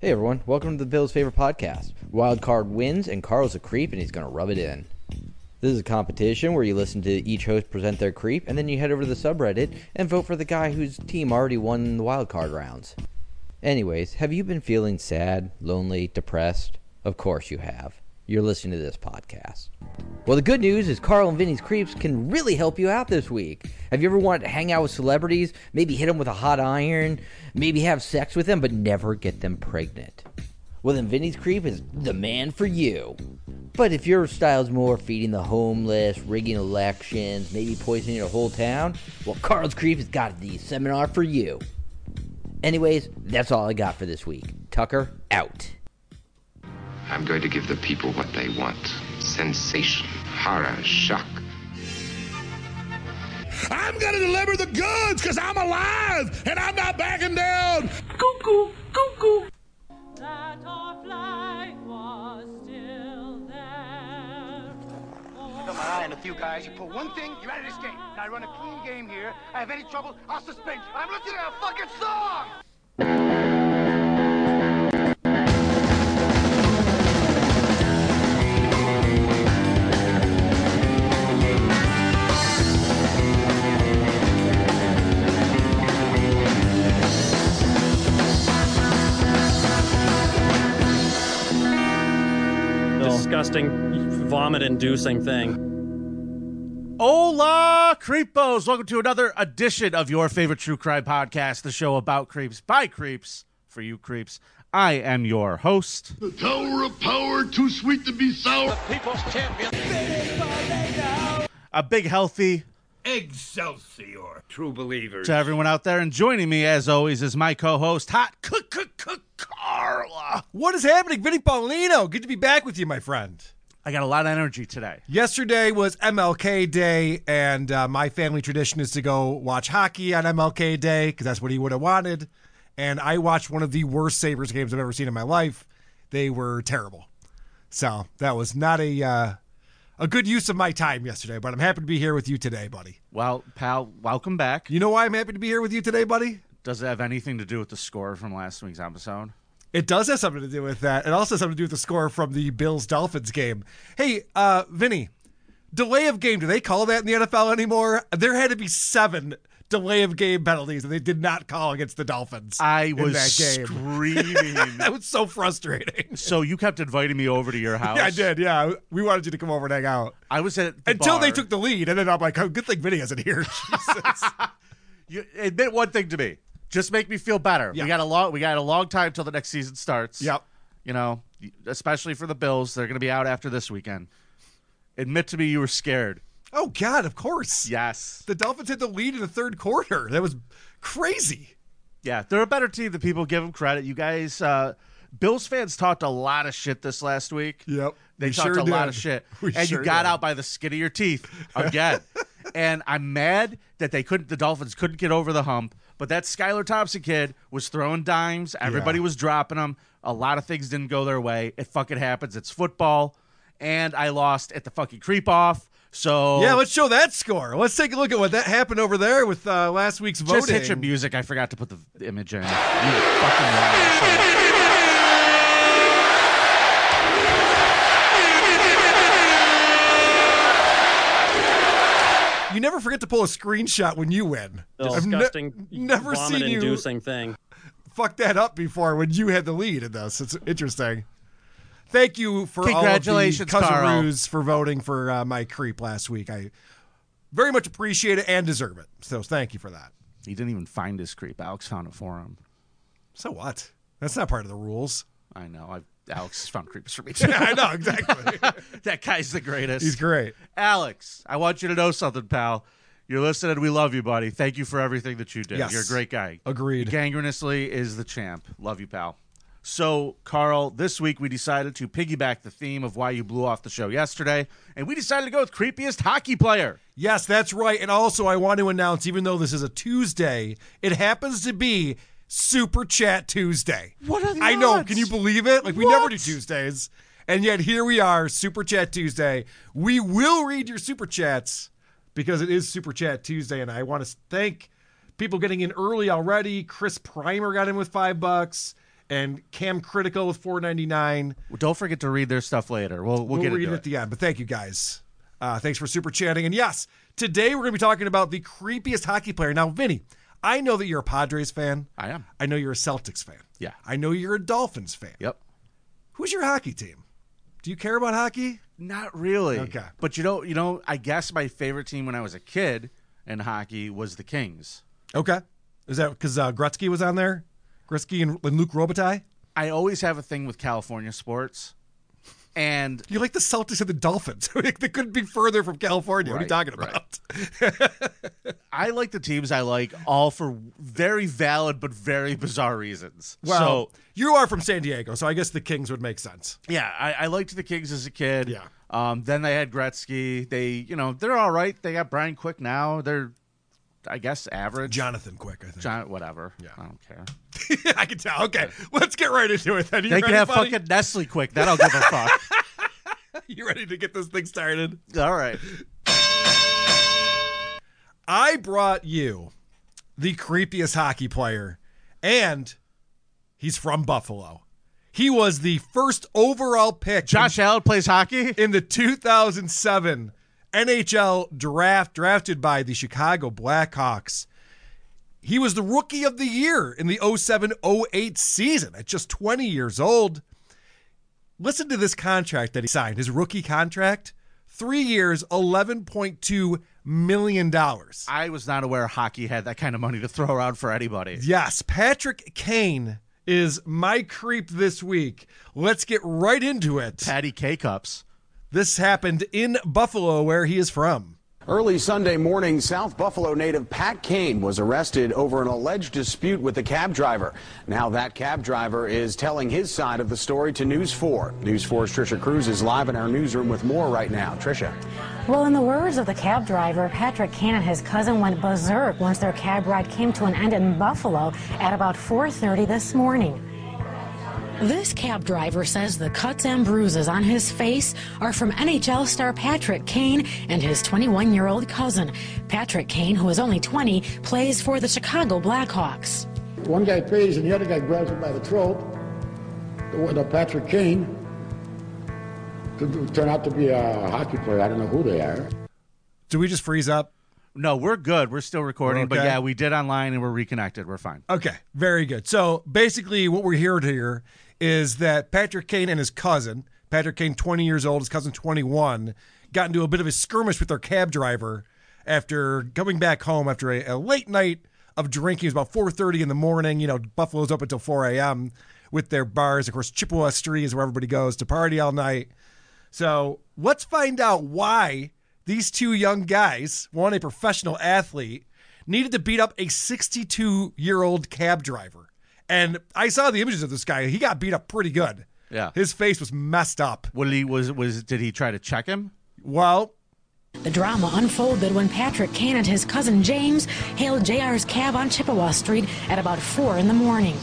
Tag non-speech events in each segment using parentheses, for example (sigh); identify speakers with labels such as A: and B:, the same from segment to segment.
A: Hey everyone, welcome to the Bill's favorite podcast. Wild Card wins, and Carl's a creep, and he's gonna rub it in. This is a competition where you listen to each host present their creep, and then you head over to the subreddit and vote for the guy whose team already won the wild card rounds. Anyways, have you been feeling sad, lonely, depressed? Of course you have. You're listening to this podcast. Well, the good news is Carl and Vinny's Creeps can really help you out this week. Have you ever wanted to hang out with celebrities, maybe hit them with a hot iron, maybe have sex with them, but never get them pregnant? Well, then Vinny's Creep is the man for you. But if your style's more feeding the homeless, rigging elections, maybe poisoning a whole town, well, Carl's Creep has got the seminar for you. Anyways, that's all I got for this week. Tucker, out.
B: I'm going to give the people what they want sensation, horror, shock.
C: I'm going to deliver the goods because I'm alive and I'm not backing down.
D: that our flag was still there.
E: Got my eye on a few guys. You pull one thing, you're out of this game. And I run a clean game here. I have any trouble, I'll suspend. you. I'm listening to a fucking song!
F: disgusting, vomit-inducing thing.
G: Hola, creepos! Welcome to another edition of your favorite true crime podcast, the show about creeps by creeps for you creeps. I am your host.
C: The tower of power, too sweet to be sour.
G: A big healthy
C: Excelsior.
H: true believers.
G: to everyone out there, and joining me as always is my co-host, Hot Cook Carla.
I: What is happening, Vinny Paulino? Good to be back with you, my friend.
G: I got a lot of energy today.
I: Yesterday was MLK Day, and uh, my family tradition is to go watch hockey on MLK Day because that's what he would have wanted. And I watched one of the worst Sabres games I've ever seen in my life. They were terrible. So that was not a uh, a good use of my time yesterday, but I'm happy to be here with you today, buddy.
G: Well, pal, welcome back.
I: You know why I'm happy to be here with you today, buddy?
G: Does it have anything to do with the score from last week's episode?
I: It does have something to do with that. It also has something to do with the score from the Bills Dolphins game. Hey, uh, Vinny, delay of game, do they call that in the NFL anymore? There had to be seven delay of game penalties that they did not call against the Dolphins.
G: I
I: in
G: was
I: that game.
G: screaming.
I: (laughs) that was so
G: (laughs)
I: frustrating. (laughs)
G: so you kept inviting me over to your house.
I: Yeah, I did. Yeah, we wanted you to come over and hang out
G: I was at the
I: until they
G: bar.
I: took the lead, and then I'm like, oh, good thing Vinny isn't here. (laughs)
G: (laughs)
I: Jesus.
G: you admit one thing to me. Just make me feel better.
I: Yeah.
G: We got a long we got a long time till the next season starts.
I: Yep.
G: You know, especially for the Bills, they're going to be out after this weekend. Admit to me you were scared.
I: oh God, of course.
G: Yes.
I: the Dolphins had the lead in the third quarter. That was crazy.
G: Yeah, they're a better team than people give them credit. You guys uh Bills fans talked a lot of shit this last week.
I: Yep.
G: They
I: We
G: talked
I: sure
G: a lot
I: did.
G: of shit.
I: (laughs) We
G: and
I: sure
G: you got
I: did.
G: out by the skin of your teeth
I: (laughs)
G: again. and I'm mad that they couldn't the Dolphins couldn't get over the hump. But that Skylar Thompson kid was throwing dimes. Everybody
I: Yeah.
G: was dropping them. A lot of things didn't go their way. It fucking happens. It's football. And I lost at the fucking creep off. So
I: Yeah, let's show that score. Let's take a look at what that happened over there with uh, last week's voting.
G: just hit your music. I forgot to put the image in. You fucking asshole.
I: You never forget to pull a screenshot when you win. I've ne-
F: Disgusting,
I: never seen you
F: vomit-inducing thing.
I: fuck that up before when you had the lead in this. It's interesting. Thank you for
G: Congratulations,
I: all of the
G: Carl.
I: Cousin for voting for uh, my creep last week. I very much appreciate it and deserve it. So thank you for that.
G: He didn't even find his creep. Alex found it for him.
I: So what? That's not part of the rules. (laughs)
G: I know. I've, Alex has found creeps for me.
I: Yeah, I know exactly.
G: (laughs) that guy's the greatest.
I: He's great.
G: Alex, I want you to know something, pal. You're listening. We love you, buddy. Thank you for everything that you did.
I: Yes.
G: You're a great guy.
I: Agreed.
G: Gangrenously is the champ. Love you, pal. So, Carl, this week we decided to piggyback the theme of why you blew off the show yesterday, and we decided to go with creepiest hockey player.
I: Yes, that's right. And also, I want to announce, even though this is a Tuesday, it happens to be Super Chat Tuesday.
G: What are the
I: I know.
G: odds?
I: Can you believe it? Like we never do Tuesdays, and yet here we are, Super Chat Tuesday. We will read your super chats because it is Super Chat Tuesday, and I want to thank people getting in early already. Chris Primer got in with five bucks. and Cam Critical with 499.
G: Well, Don't forget to read their stuff later. We'll we'll,
I: We'll,
G: get
I: read it
G: into
I: at
G: it.
I: the end. But thank you guys. Uh, thanks for super chatting. And yes, today we're going to be talking about the creepiest hockey player. Now, Vinny, I know that you're a Padres fan.
G: I am.
I: I know you're a Celtics fan.
G: Yeah.
I: I know you're a Dolphins fan.
G: Yep.
I: Who's your hockey team? Do you care about hockey?
G: Not really.
I: Okay.
G: But you know, you know, I guess my favorite team when I was a kid in hockey was the Kings.
I: Okay. Is that because uh, Gretzky was on there? Gretzky and, and Luke Robitaille?
G: I always have a thing with California sports, and
I: You like the Celtics and the Dolphins. (laughs) they couldn't be further from California. what are you
G: Right,
I: talking about?
G: I like the teams I like all for very valid but very bizarre reasons.
I: Well,
G: so,
I: you are from San Diego, so I guess the Kings would make sense.
G: yeah, I, I liked the Kings as a kid.
I: Yeah.
G: Um, then they had Gretzky. They, you know, they're all right. They got Brian Quick now. They're, I guess, average.
I: Jonathan Quick, I think.
G: John whatever. Yeah. I don't care.
I: (laughs) I can tell. Okay, let's get right into it. Then you
G: They
I: ready,
G: can have
I: buddy?
G: fucking Nestle Quick. That I'll give a fuck.
I: (laughs) You ready to get this thing started?
G: (laughs) all right.
I: I brought you the creepiest hockey player, and he's from Buffalo. He was the first overall pick.
G: Josh Allen plays hockey.
I: in the 2007 NHL draft, drafted by the Chicago Blackhawks. He was the rookie of the year in the 07 08 season at just 20 years old. Listen to this contract that he signed his rookie contract three years, $11.2 million.
G: I was not aware hockey had that kind of money to throw around for anybody.
I: Yes, Patrick Kane is my creep this week. Let's get right into it.
G: Patty K cups.
I: This happened in Buffalo, where he is from.
H: Early Sunday morning, South Buffalo native Pat Kane was arrested over an alleged dispute with a cab driver. Now that cab driver is telling his side of the story to News 4. News 4's Trisha Cruz is live in our newsroom with more right now. Trisha.
J: Well, in the words of the cab driver, Patrick Kane and his cousin went berserk once their cab ride came to an end in Buffalo at about 4:30 this morning. This cab driver says the cuts and bruises on his face are from NHL star Patrick Kane and his 21 year old cousin. Patrick Kane, who is only 20, plays for the Chicago Blackhawks.
K: One guy pays and the other guy grabs him by the throat. The, one- the Patrick Kane could turn out to be a hockey player. I don't know who they are.
I: Do we just freeze up?
G: No, we're good. We're still recording, but
I: Okay.
G: yeah, we did online and we're reconnected. We're fine.
I: Okay, very good. So basically, what we're here to hear is that Patrick Kane and his cousin, Patrick Kane, 20 years old, his cousin, 21, got into a bit of a skirmish with their cab driver after coming back home after a, a late night of drinking. It was about 4.30 in the morning. You know, Buffalo's open until 4 a.m. with their bars. Of course, Chippewa Street is where everybody goes to party all night. So let's find out why these two young guys, one a professional athlete, needed to beat up a 62 year old cab driver. And I saw the images of this guy. He got beat up pretty good.
G: Yeah.
I: His face was messed up.
G: What he was was did he try to check him?
I: Well,
J: The drama unfolded when Patrick Kane and his cousin James hailed JR's cab on Chippewa Street at about 4 in the morning.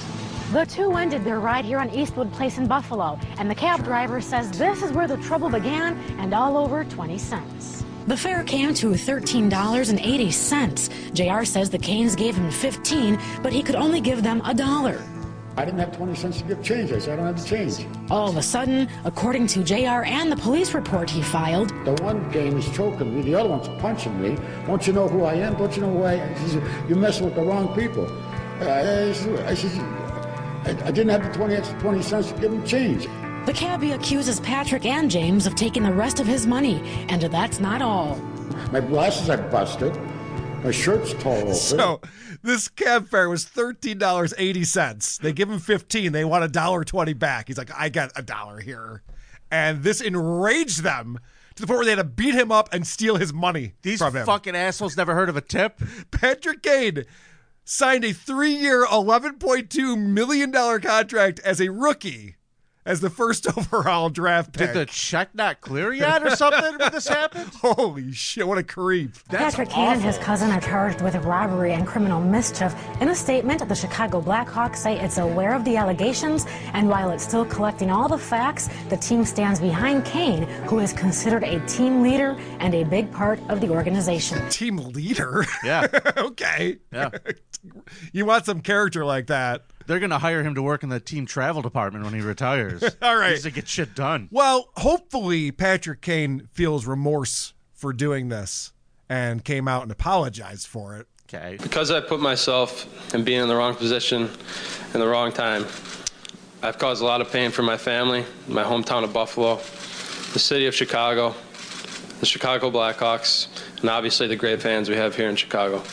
J: The two ended their ride here on Eastwood Place in Buffalo, and the cab driver says this is where the trouble began and all over 20 cents. The fare came to $13.80. JR says the Canes gave him 15, but he could only give them a dollar.
K: I didn't have 20 cents to give change. I said, I don't have the change.
J: All of a sudden, according to JR and the police report he filed,
K: The one Kane is choking me. The other one's punching me. Don't you know who I am? Don't you know who I am? He said, you messing with the wrong people. Uh, I I said, I, said, I- I didn't have the 20, extra 20 cents to give him change.
J: The cabbie accuses Patrick and James of taking the rest of his money, and that's not all.
K: My glasses are busted. My shirt's tore open.
I: so this cab fare was $13.80. They give him 15. They want a dollar 20 back. He's like, I got a dollar here. And this enraged them to the point where they had to beat him up and steal his money.
G: These
I: from him.
G: fucking assholes never heard of a tip.
I: (laughs) Patrick Kane signed a three year, $11.2 million contract as a rookie as the first (laughs) overall draft pick.
G: Did the check not clear yet or something when this
I: (laughs)
G: happened?
I: Holy shit, what a creep.
J: Patrick Kane and his cousin are charged with robbery and criminal mischief. In a statement, the Chicago Blackhawks say it's aware of the allegations, and while it's still collecting all the facts, the team stands behind Kane, who is considered a team leader and a big part of the organization.
I: Team leader.
G: Yeah.
I: (laughs) okay.
G: Yeah.
I: (laughs) you want some character like that.
G: They're going to hire him to work in the team travel department when he retires.
I: All (laughs) right.
G: He's to get shit done.
I: Well, hopefully Patrick Kane feels remorse for doing this and came out and apologized for it.
G: Okay.
L: Because I put myself in being in the wrong position in the wrong time, I've caused a lot of pain for my family, my hometown of Buffalo, the city of Chicago, the Chicago Blackhawks, and obviously the great fans we have here in Chicago.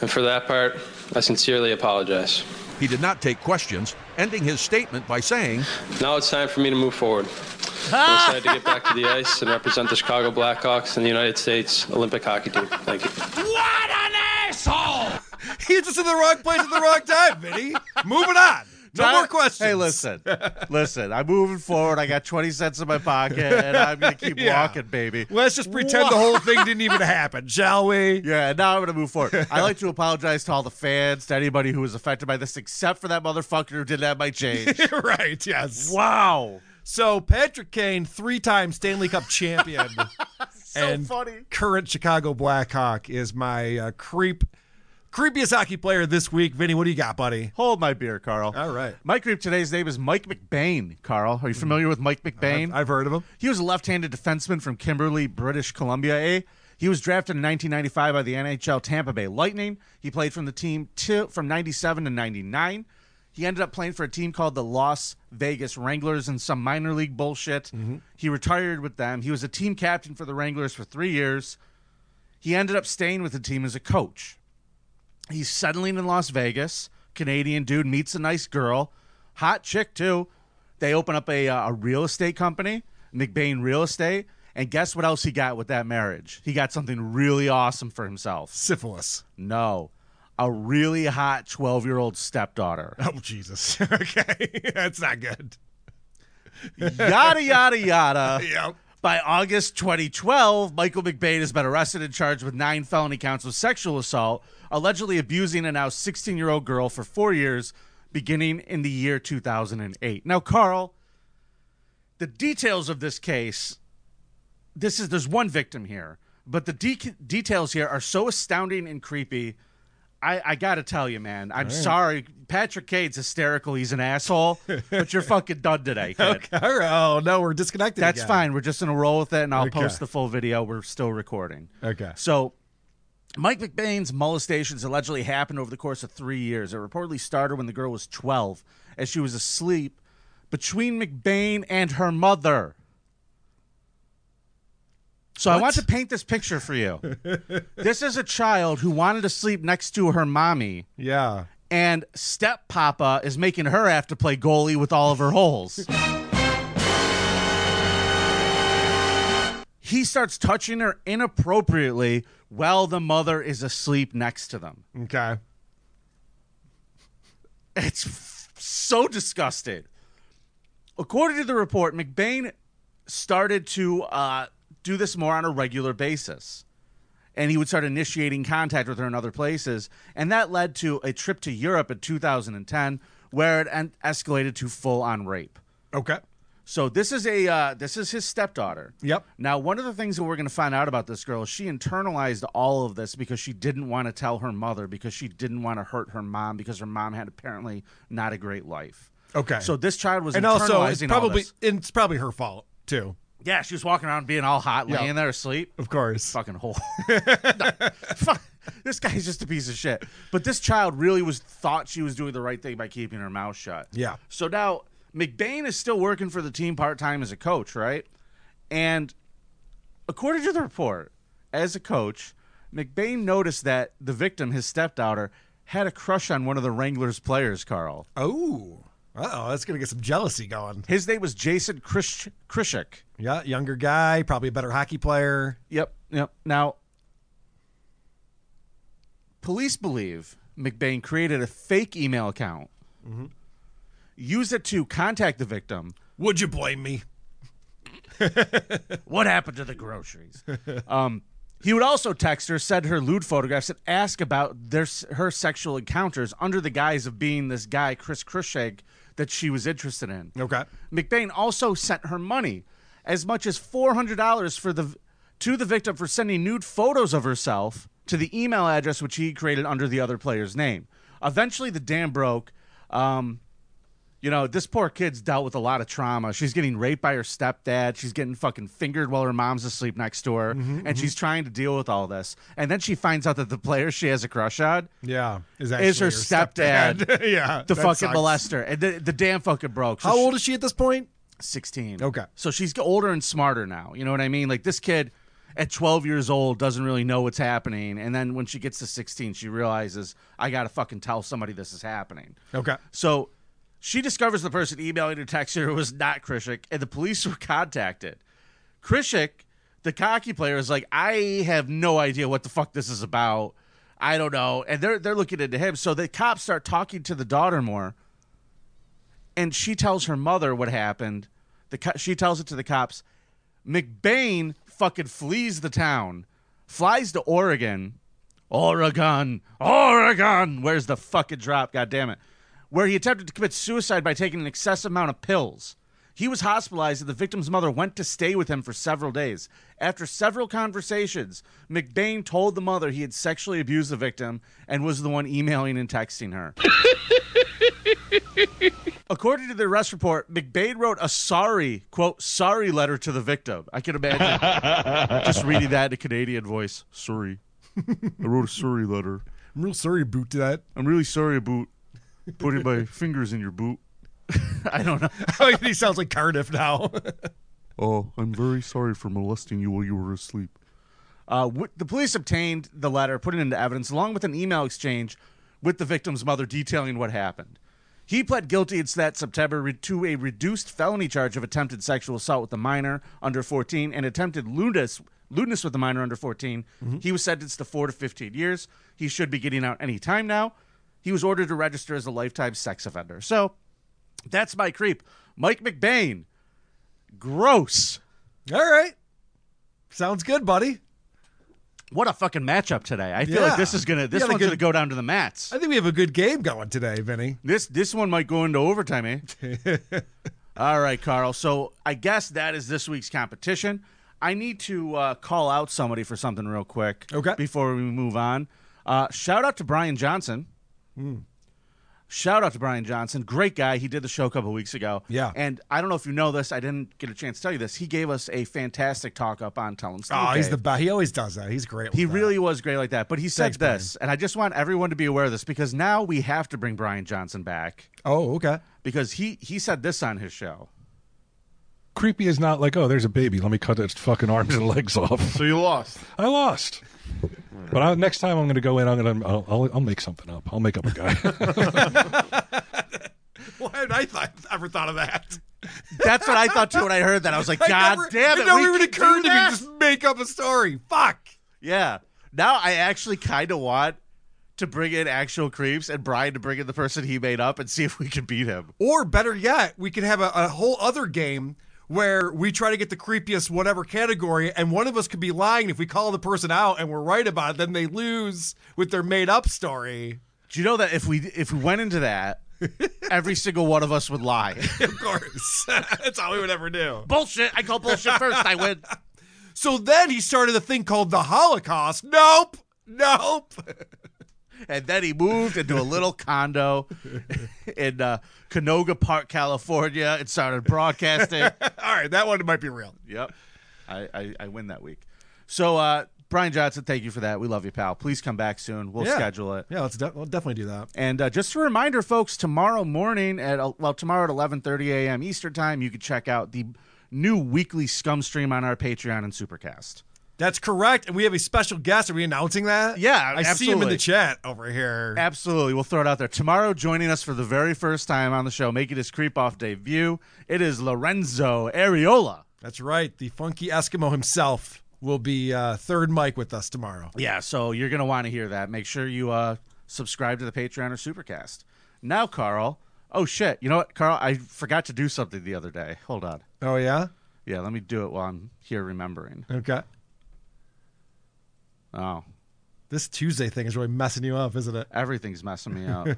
L: And for that part, I sincerely apologize.
M: He did not take questions, ending his statement by saying,
L: Now it's time for me to move forward. I'm excited to get back to the ice and represent the Chicago Blackhawks and the United States Olympic hockey team. Thank you.
C: What an
I: (laughs)
C: asshole!
I: He's just in the wrong place at the wrong time, Vinny. Moving on. No
G: Not-
I: more questions.
G: Hey, listen, listen. I'm moving forward. I got 20 cents in my pocket, and I'm gonna keep
I: Yeah.
G: walking, baby.
I: Let's just pretend the whole thing didn't even happen, shall we?
G: Yeah. Now I'm gonna move forward. I like to apologize to all the fans, to anybody who was affected by this, except for that motherfucker who didn't have my change.
I: (laughs) right, yes.
G: Wow.
I: So Patrick Kane, three time Stanley
G: (laughs)
I: Cup champion and
G: funny.
I: current Chicago Blackhawk, is my uh, creep creepiest hockey player this week. Vinny, what do you got, buddy?
G: Hold my beer, Carl.
I: All right. Mm-hmm.
G: My creep today's name is Mike McBain. Carl, are you familiar with Mike McBain?
I: I've, I've heard of him.
G: He was a left-handed defenseman from Kimberly, British Columbia. A. He was drafted in 1995 by the NHL Tampa Bay Lightning. He played from the team till from 97 to 99. He ended up playing for a team called the Las Vegas Wranglers and some minor league bullshit.
I: Mm-hmm.
G: He retired with them. He was a team captain for the Wranglers for three years. He ended up staying with the team as a coach he's settling in Las Vegas. Canadian dude meets a nice girl, hot chick too. They open up a uh, a real estate company, McBain Real Estate, and guess what else he got with that marriage? He got something really awesome for himself.
I: Syphilis.
G: No, a really hot twelve year old stepdaughter.
I: Oh, Jesus. (laughs) okay. That's not good.
G: yada yada yada.
I: Yep.
G: By August 2012, Michael McBain has been arrested and charged with nine felony counts of sexual assault, allegedly abusing a now 16 year old girl for four years, beginning in the year 2008. Now, Carl, the details of this case this is there's one victim here, but the de- details here are so astounding and creepy. I, I gotta tell you, man. I'm
I: right.
G: sorry. Patrick Cade's hysterical. He's an asshole, but you're fucking done today, kid.
I: (laughs) Okay. All right. Oh, no, we're disconnected.
G: That's
I: again.
G: fine. We're just gonna roll with it, and I'll
I: Okay.
G: post the full video. We're still recording.
I: Okay.
G: So, Mike McBain's molestations allegedly happened over the course of three years. It reportedly started when the girl was 12, as she was asleep between McBain and her mother. So I want to paint this picture for
I: (laughs)
G: you. this is a child who wanted to sleep next to her mommy,
I: Yeah.
G: and step papa is making her have to play goalie with all of her holes. he starts touching her inappropriately while the mother is asleep next to them.
I: Okay.
G: It's f- so disgusting. According to the report, McBain started to uh, do this more on a regular basis. And he would start initiating contact with her in other places. And that led to a trip to Europe in 2010, where it en- escalated to full on rape.
I: Okay.
G: So this is a uh, this is his stepdaughter.
I: Yep.
G: Now, one of the things that we're going to find out about this girl is she internalized all of this because she didn't want to tell her mother because she didn't want to hurt her mom because her mom had apparently not a great life.
I: Okay.
G: So this child was
I: and
G: internalizing
I: also, it's
G: all
I: probably
G: this.
I: it's probably her fault too.
G: Yeah, she was walking around being all hot,
I: Yeah.
G: laying there asleep.
I: Of course. (laughs)
G: Fucking whore. (laughs) No, fuck. This guy's just a piece of shit. But this child really was thought she was doing the right thing by keeping her mouth shut.
I: Yeah.
G: So now McBain is still working for the team part time as a coach, right? And according to the report, as a coach, McBain noticed that the victim, his stepdaughter, had a crush on one of the Wranglers players, Carl.
I: Oh. Oh, that's gonna get some jealousy going.
G: His name was Jason Krish- Krishik.
I: Yeah, younger guy, probably a better hockey player.
G: Yep. Yep. Now, police believe McBain created a fake email account, used it to contact the victim.
I: Would you blame me?
G: What happened to the groceries? um, he would also text her, send her lewd photographs, and ask about their her sexual encounters under the guise of being this guy Chris Krusheg that she was interested in.
I: Okay.
G: McBain also sent her money, as much as four hundred dollars for the to the victim for sending nude photos of herself to the email address which he created under the other player's name. Eventually, the dam broke. Um, you know, this poor kid's dealt with a lot of trauma. She's getting raped by her stepdad. She's getting fucking fingered while her mom's asleep next to her.
I: Mhm,
G: and
I: mhm.
G: she's trying to deal with all this. And then she finds out that the player she has a crush on
I: Yeah, is,
G: is her
I: actually
G: stepdad.
I: (laughs) yeah,
G: The
I: that
G: fucking
I: sucks.
G: molester. And the, the damn fucking broke.
I: How
G: old
I: is she at this point?
G: 16.
I: Okay.
G: So she's older and smarter now. You know what I mean? Like this kid at 12 years old doesn't really know what's happening. And then when she gets to 16, she realizes, I got to fucking tell somebody this is happening.
I: Okay.
G: So she discovers the person emailing or texting her was not Krishik, and the police (laughs) were contacted. Krishik, the cocky player, is like, I have no idea what the fuck this is about. I don't know. And they're they're looking into him. So the cops start talking to the daughter more. And she tells her mother what happened. The co- she tells it to the cops. McBain fucking flees the town, flies to Oregon. Oregon, Oregon. Where's the fucking drop? God damn it. Where he attempted to commit suicide by taking an excessive amount of pills. He was hospitalized, and the victim's mother went to stay with him for several days. After several conversations, McBain told the mother he had sexually abused the victim and was the one emailing and texting her. According to the arrest report, McBain wrote a sorry, quote, sorry letter to the victim. I can (laughs) imagine just reading that in a Canadian voice. Sorry. (laughs) I wrote a sorry letter.
I: I'm real sorry boot to that. (laughs)
G: I'm really sorry about putting my fingers in your boot. (laughs) I don't know.
I: he sounds like Cardiff now. (laughs)
G: Oh, I'm very sorry for molesting you while you were asleep. Uh, w- the police obtained the letter, put it into evidence, along with an email exchange with the victim's mother detailing what happened. He pled guilty in that September re- to a reduced felony charge of attempted sexual assault with a minor under 14 and attempted lewdness, lewdness with a minor under 14. He was sentenced to 4 to 15 years. He should be getting out any time now. He was ordered to register as a lifetime sex offender. So that's my creep. Mike McBain. Gross.
I: All right. Sounds good, buddy.
G: What a fucking matchup today. I feel like this is gonna this one's gonna go down to the mats.
I: I think we have a good game going today, Vinny.
G: This this one might go into overtime,
I: (laughs)
G: eh? All right, Carl. So I guess that is this week's competition. I need to uh, call out somebody for something real quick. Okay. Before we move on, uh, shout out to Brian Johnson.
I: Hmm.
G: Shout out to Brian Johnson. Great guy. He did the show a couple weeks ago.
I: Yeah.
G: And I don't know if you know this. I didn't get a chance to tell you this. He gave us a fantastic talk up on Tell Him Steve.
I: Oh, he's
G: Dave.
I: the best. He always does that. He's great.
G: He really was great like that. But he said
I: Thanks,
G: this, and I just want everyone to be aware of this because now we have to bring Brian Johnson back
N: Oh, okay.
G: because he he said this on his show.
N: Creepy is not like, oh, there's a baby. Let me cut its fucking arms and legs off.
O: So you lost.
N: I lost. But I, next time I'm going to go in. I'm going to. I'll, I'll, I'll make something up. I'll make up a guy.
I: (laughs) Why had I thought, ever thought of that?
G: That's what I thought too when I heard that. I
I: (laughs)
G: was like, God
I: never-
G: damn it,
I: It never
G: we
I: even
G: can
I: occurred
G: do
I: to me
G: that."
I: to just make up a story. Fuck.
G: Yeah. Now I actually kind of want to bring in actual creeps and Brian to bring in the person he made up and see if we can beat him.
I: Or better yet, we could have a, a whole other game where we try to get the creepiest whatever category, and one of us could be lying. If we call the person out and we're right about it, then they lose with their made up story. (laughs)
G: Do you know that if we if we went into that, every single one of us would lie.
I: Of course, (laughs) that's all we would ever do.
G: bullshit. I call bullshit first. I win.
I: So then he started a thing called the Holocaust. Nope. Nope. (laughs)
G: and then he moved into a little condo in uh, Canoga Park, California, and started broadcasting.
I: All right, that one might be real.
G: Yep, I, I, I win that week. So uh, Brian Johnson, thank you for that. We love you, pal. Please come back soon. We'll
I: Yeah.
G: schedule it.
I: Yeah, let's de- we'll definitely do that.
G: And uh, just a reminder, folks, tomorrow morning at uh, well, tomorrow at eleven thirty a.m. Eastern time, you can check out the new weekly Scum stream on our Patreon and Supercast.
I: That's correct. And we have a special guest. Are we announcing that?
G: Yeah,
I: I see him in
G: absolutely.
I: the chat over here.
G: Absolutely. We'll throw it out there. Tomorrow, joining us for the very first time on the show, making his creep off debut, it is Lorenzo Areola.
I: That's right. The funky Eskimo himself will be uh, third mic with us tomorrow.
G: Yeah, so you're going to want to hear that. Make sure you uh, subscribe to the Patreon or Supercast. Now, Carl. Oh, shit. You know what, Carl? I forgot to do something the other day. Hold on.
I: Oh yeah.
G: Yeah, let me do it while I'm here remembering.
I: Okay.
G: Oh,
I: This Tuesday thing is really messing you up, isn't it?
G: everything's messing me (laughs) up.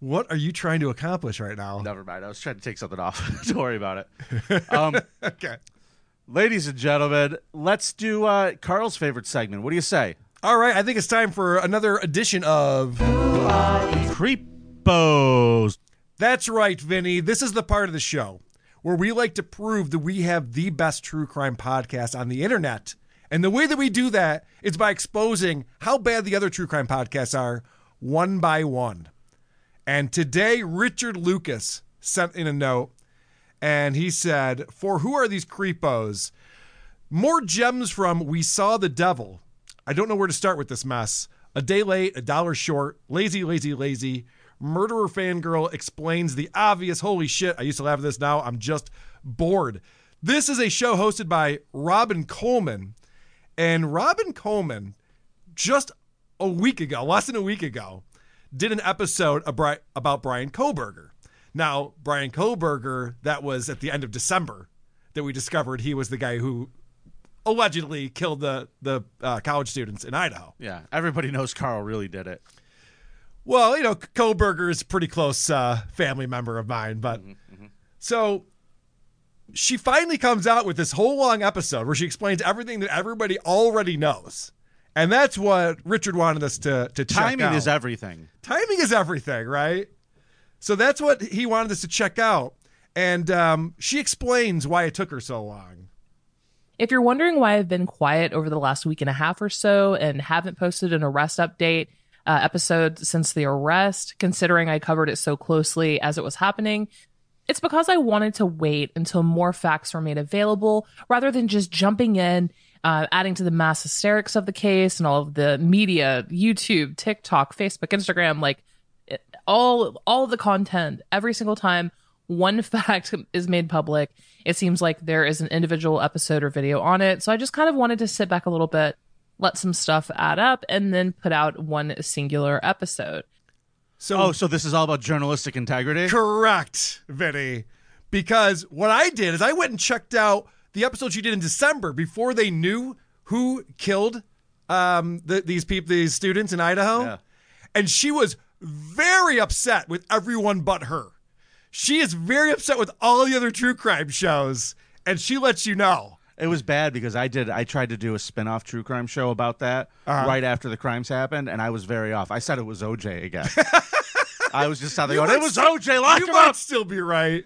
I: what are you trying to accomplish right now?
G: Never mind. I was trying to take something off. (laughs) Don't worry about (laughs) it. Um,
I: (laughs) okay.
G: Ladies and gentlemen, let's do uh, Carl's favorite segment. What do you say?
I: All right, I think it's time for another edition of
G: Creep
O: Expos.
I: That's right, Vinny. This is the part of the show where we like to prove that we have the best true crime podcast on the internet. And the way that we do that is by exposing how bad the other true crime podcasts are one by one. And today, Richard Lucas sent in a note and he said, For who are these creepos? More gems from We Saw the Devil. I don't know where to start with this mess. A day late, a dollar short, lazy, lazy, lazy. Murderer fangirl explains the obvious. Holy shit, I used to laugh at this now. I'm just bored. This is a show hosted by Robin Coleman. And Robin Coleman, just a week ago, less than a week ago, did an episode abri- about Brian Koberger. Now, Brian Koberger, that was at the end of December that we discovered he was the guy who allegedly killed the, the uh, college students in Idaho.
G: Yeah, everybody knows Carl really did it.
I: Well, you know, Koberger is a pretty close uh, family member of mine, but
G: Mm-hmm,
I: so she finally comes out with this whole long episode where she explains everything that everybody already knows. And that's what Richard wanted us to to check
G: Timing
I: out.
G: is everything.
I: Timing is everything, right? So that's what he wanted us to check out. And um, she explains why it took her so long.
P: If you're wondering why I've been quiet over the last week and a half or so and haven't posted an arrest update uh, episode since the arrest, considering I covered it so closely as it was happening, it's because I wanted to wait until more facts were made available rather than just jumping in, uh, adding to the mass hysterics of the case and all of the media, YouTube, TikTok, Facebook, Instagram, like it- all all the content every single time one (laughs) fact is made public it seems like there is an individual episode or video on it so i just kind of wanted to sit back a little bit let some stuff add up and then put out one singular episode
I: So,
G: oh, so this is all about journalistic integrity.
I: Correct, Vinny. Because what I did is I went and checked out the episode she did in December before they knew who killed um, the, these people, these students in Idaho. And she was very upset with everyone but her. She is very upset with all the other true crime shows, and she lets you know.
G: It was bad because I did. I tried to do a spin-off true crime show about that
I: Uh-huh.
G: right after the crimes happened, and I was very off. I said it was OJ
I: (laughs)
G: again. I was just out there
I: You
G: going,
I: might
G: "It was
I: st-
G: OJ. Lock
I: you
G: him
I: might
G: up."
I: still be right.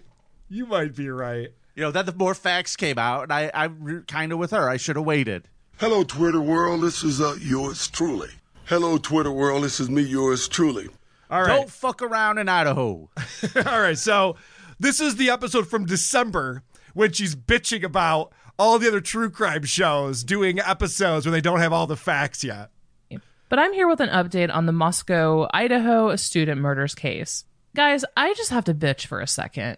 I: You might be right.
G: You know, then the more facts came out, and I, I kind of with her. I should have waited.
Q: (laughs) Hello, Twitter world. This is uh, yours truly. Hello, Twitter world. This is me, yours truly.
I: All right.
G: Don't fuck around in Idaho.
I: (laughs) all right. So this is the episode from December when she's bitching about all the other true crime shows doing episodes where they don't have all the facts yet.
P: But I'm here with an update on the Moscow, Idaho student murders case. Guys, I just have to bitch for a second.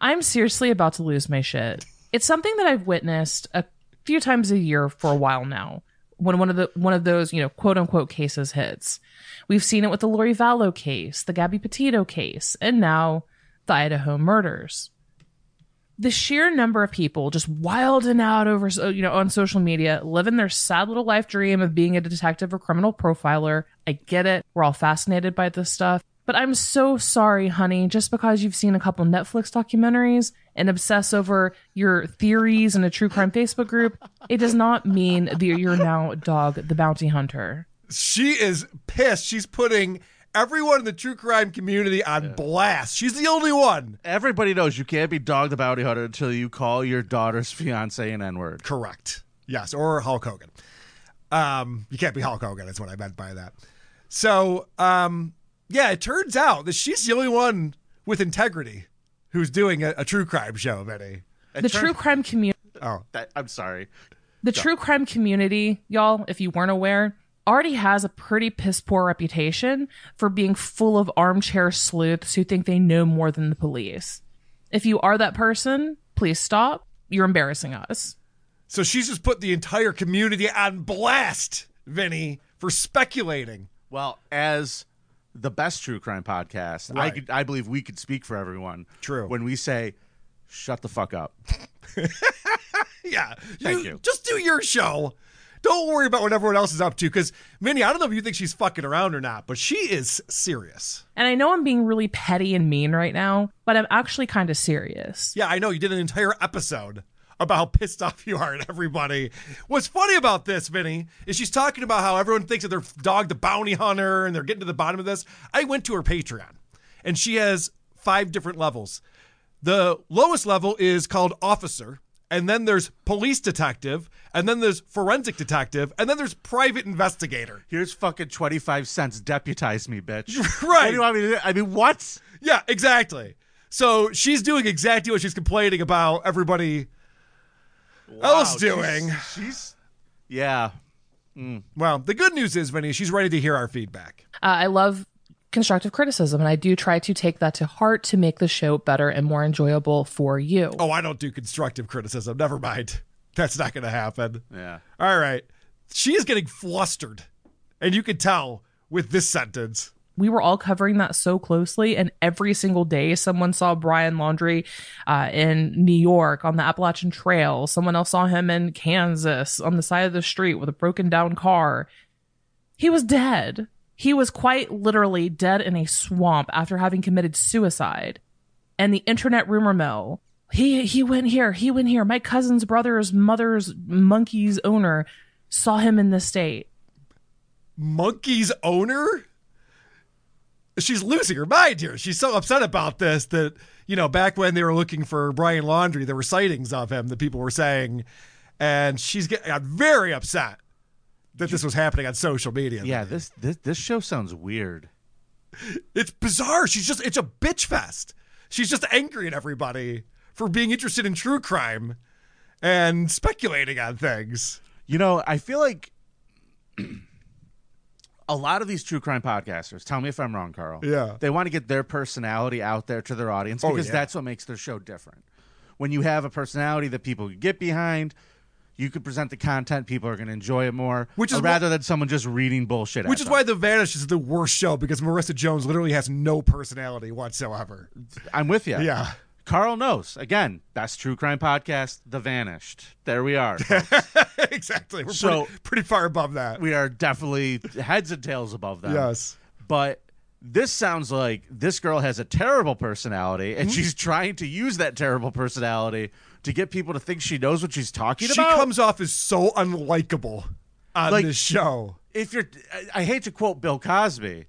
P: I'm seriously about to lose my shit. It's something that I've witnessed a few times a year for a while now. When one of the one of those, you know, quote unquote cases hits. We've seen it with the Lori Vallow case, the Gabby Petito case, and now the Idaho murders the sheer number of people just wilding out over so- you know on social media living their sad little life dream of being a detective or criminal profiler i get it we're all fascinated by this stuff but i'm so sorry honey just because you've seen a couple netflix documentaries and obsess over your theories in a true crime facebook group it does not mean that you're now dog the bounty hunter
I: She is pissed. She's putting everyone in the true crime community on blast. She's the only one.
G: Everybody knows you can't be dog the bounty hunter until you call your daughter's fiance an N word.
I: Correct. Yes, or Hulk Hogan. Um, you can't be Hulk Hogan. That's what I meant by that. So, um, yeah, it turns out that she's the only one with integrity who's doing a, a true crime show, Vinny.
P: the true crime community
I: Oh,
G: that, I'm sorry.
P: The true crime community, y'all, if you weren't aware, already has a pretty piss poor reputation for being full of armchair sleuths who think they know more than the police. If you are that person, please stop. You're embarrassing us.
I: So she's just put the entire community on blast, Vinny, for speculating. (laughs)
G: Well, as the best true crime podcast, I
I: Right.
G: could, I believe we could speak for everyone.
I: True.
G: When we say, "Shut the fuck up."
I: yeah.
G: Thank you.
I: Just do your show. Don't worry about what everyone else is up to, because Vinny, I don't know if you think she's fucking around or not, but she is serious.
P: And I know I'm being really petty and mean right now, but I'm actually kind of serious.
I: Yeah, I know you did an entire episode about how pissed off you are at everybody. What's funny about this, Vinny, is she's talking about how everyone thinks that they're dog the bounty hunter and they're getting to the bottom of this. I went to her Patreon and she has five different levels. The lowest level is called officer, and then there's police detective, and then there's forensic detective, and then there's private investigator. (laughs)
G: Here's fucking 25 cents. Deputize me, bitch.
I: Right.
G: What do you want me to do? I mean, what?
I: Yeah, exactly. So she's doing exactly what she's complaining about everybody else doing.
G: She's, yeah.
I: Well, the good news is, Vinny, she's ready to hear our feedback.
P: Uh, I love constructive criticism, and I do try to take that to heart to make the show better and more enjoyable for you.
I: Oh, I don't do constructive criticism. Never mind. (laughs) That's not going to happen.
G: Yeah.
I: All right. She is getting flustered, and you can tell with this sentence.
P: we were all covering that so closely and every single day someone saw brian laundry uh, in new york on the appalachian trail someone else saw him in kansas on the side of the street with a broken down car he was dead he was quite literally dead in a swamp after having committed suicide and the internet rumor mill he he went here he went here my cousin's brother's mother's monkey's owner saw him in this state
I: Monkey's owner? She's losing her mind here. She's so upset about this that, you know, back when they were looking for Brian Laundry, there were sightings of him that people were saying. And she's getting got very upset that this was happening on social media.
G: Yeah, this, this this show sounds weird.
I: It's bizarre. She's just, it's a bitch fest. She's just angry at everybody for being interested in true crime and speculating on things.
G: You know, I feel like (clears throat) a lot of these true crime podcasters, tell me if I'm wrong, Carl.
I: Yeah.
G: They want to get their personality out there to their audience
I: Oh,
G: because
I: yeah.
G: that's what makes their show different. When you have a personality that people can get behind, you could present the content, people are going to enjoy it more,
I: Which is
G: or
I: wh-
G: rather than someone just reading bullshit.
I: Which
G: at
I: is
G: them.
I: why The Vanish is the worst show because Marissa Jones literally has no personality whatsoever.
G: I'm with you.
I: Yeah.
G: Carl knows. Again, that's true crime podcast, The Vanished. There we
I: (laughs)
G: are.
I: exactly. We're
G: So-
I: pretty, pretty far above that.
G: we are definitely heads and tails above them.
I: Yes.
G: But this sounds like this girl has a terrible personality and
I: Mhm.
G: she's trying to use that terrible personality to get people to think she knows what she's talking
I: She
G: about.
I: comes off as so unlikable on
G: Like-
I: this show.
G: if you're I, I hate to quote Bill Cosby,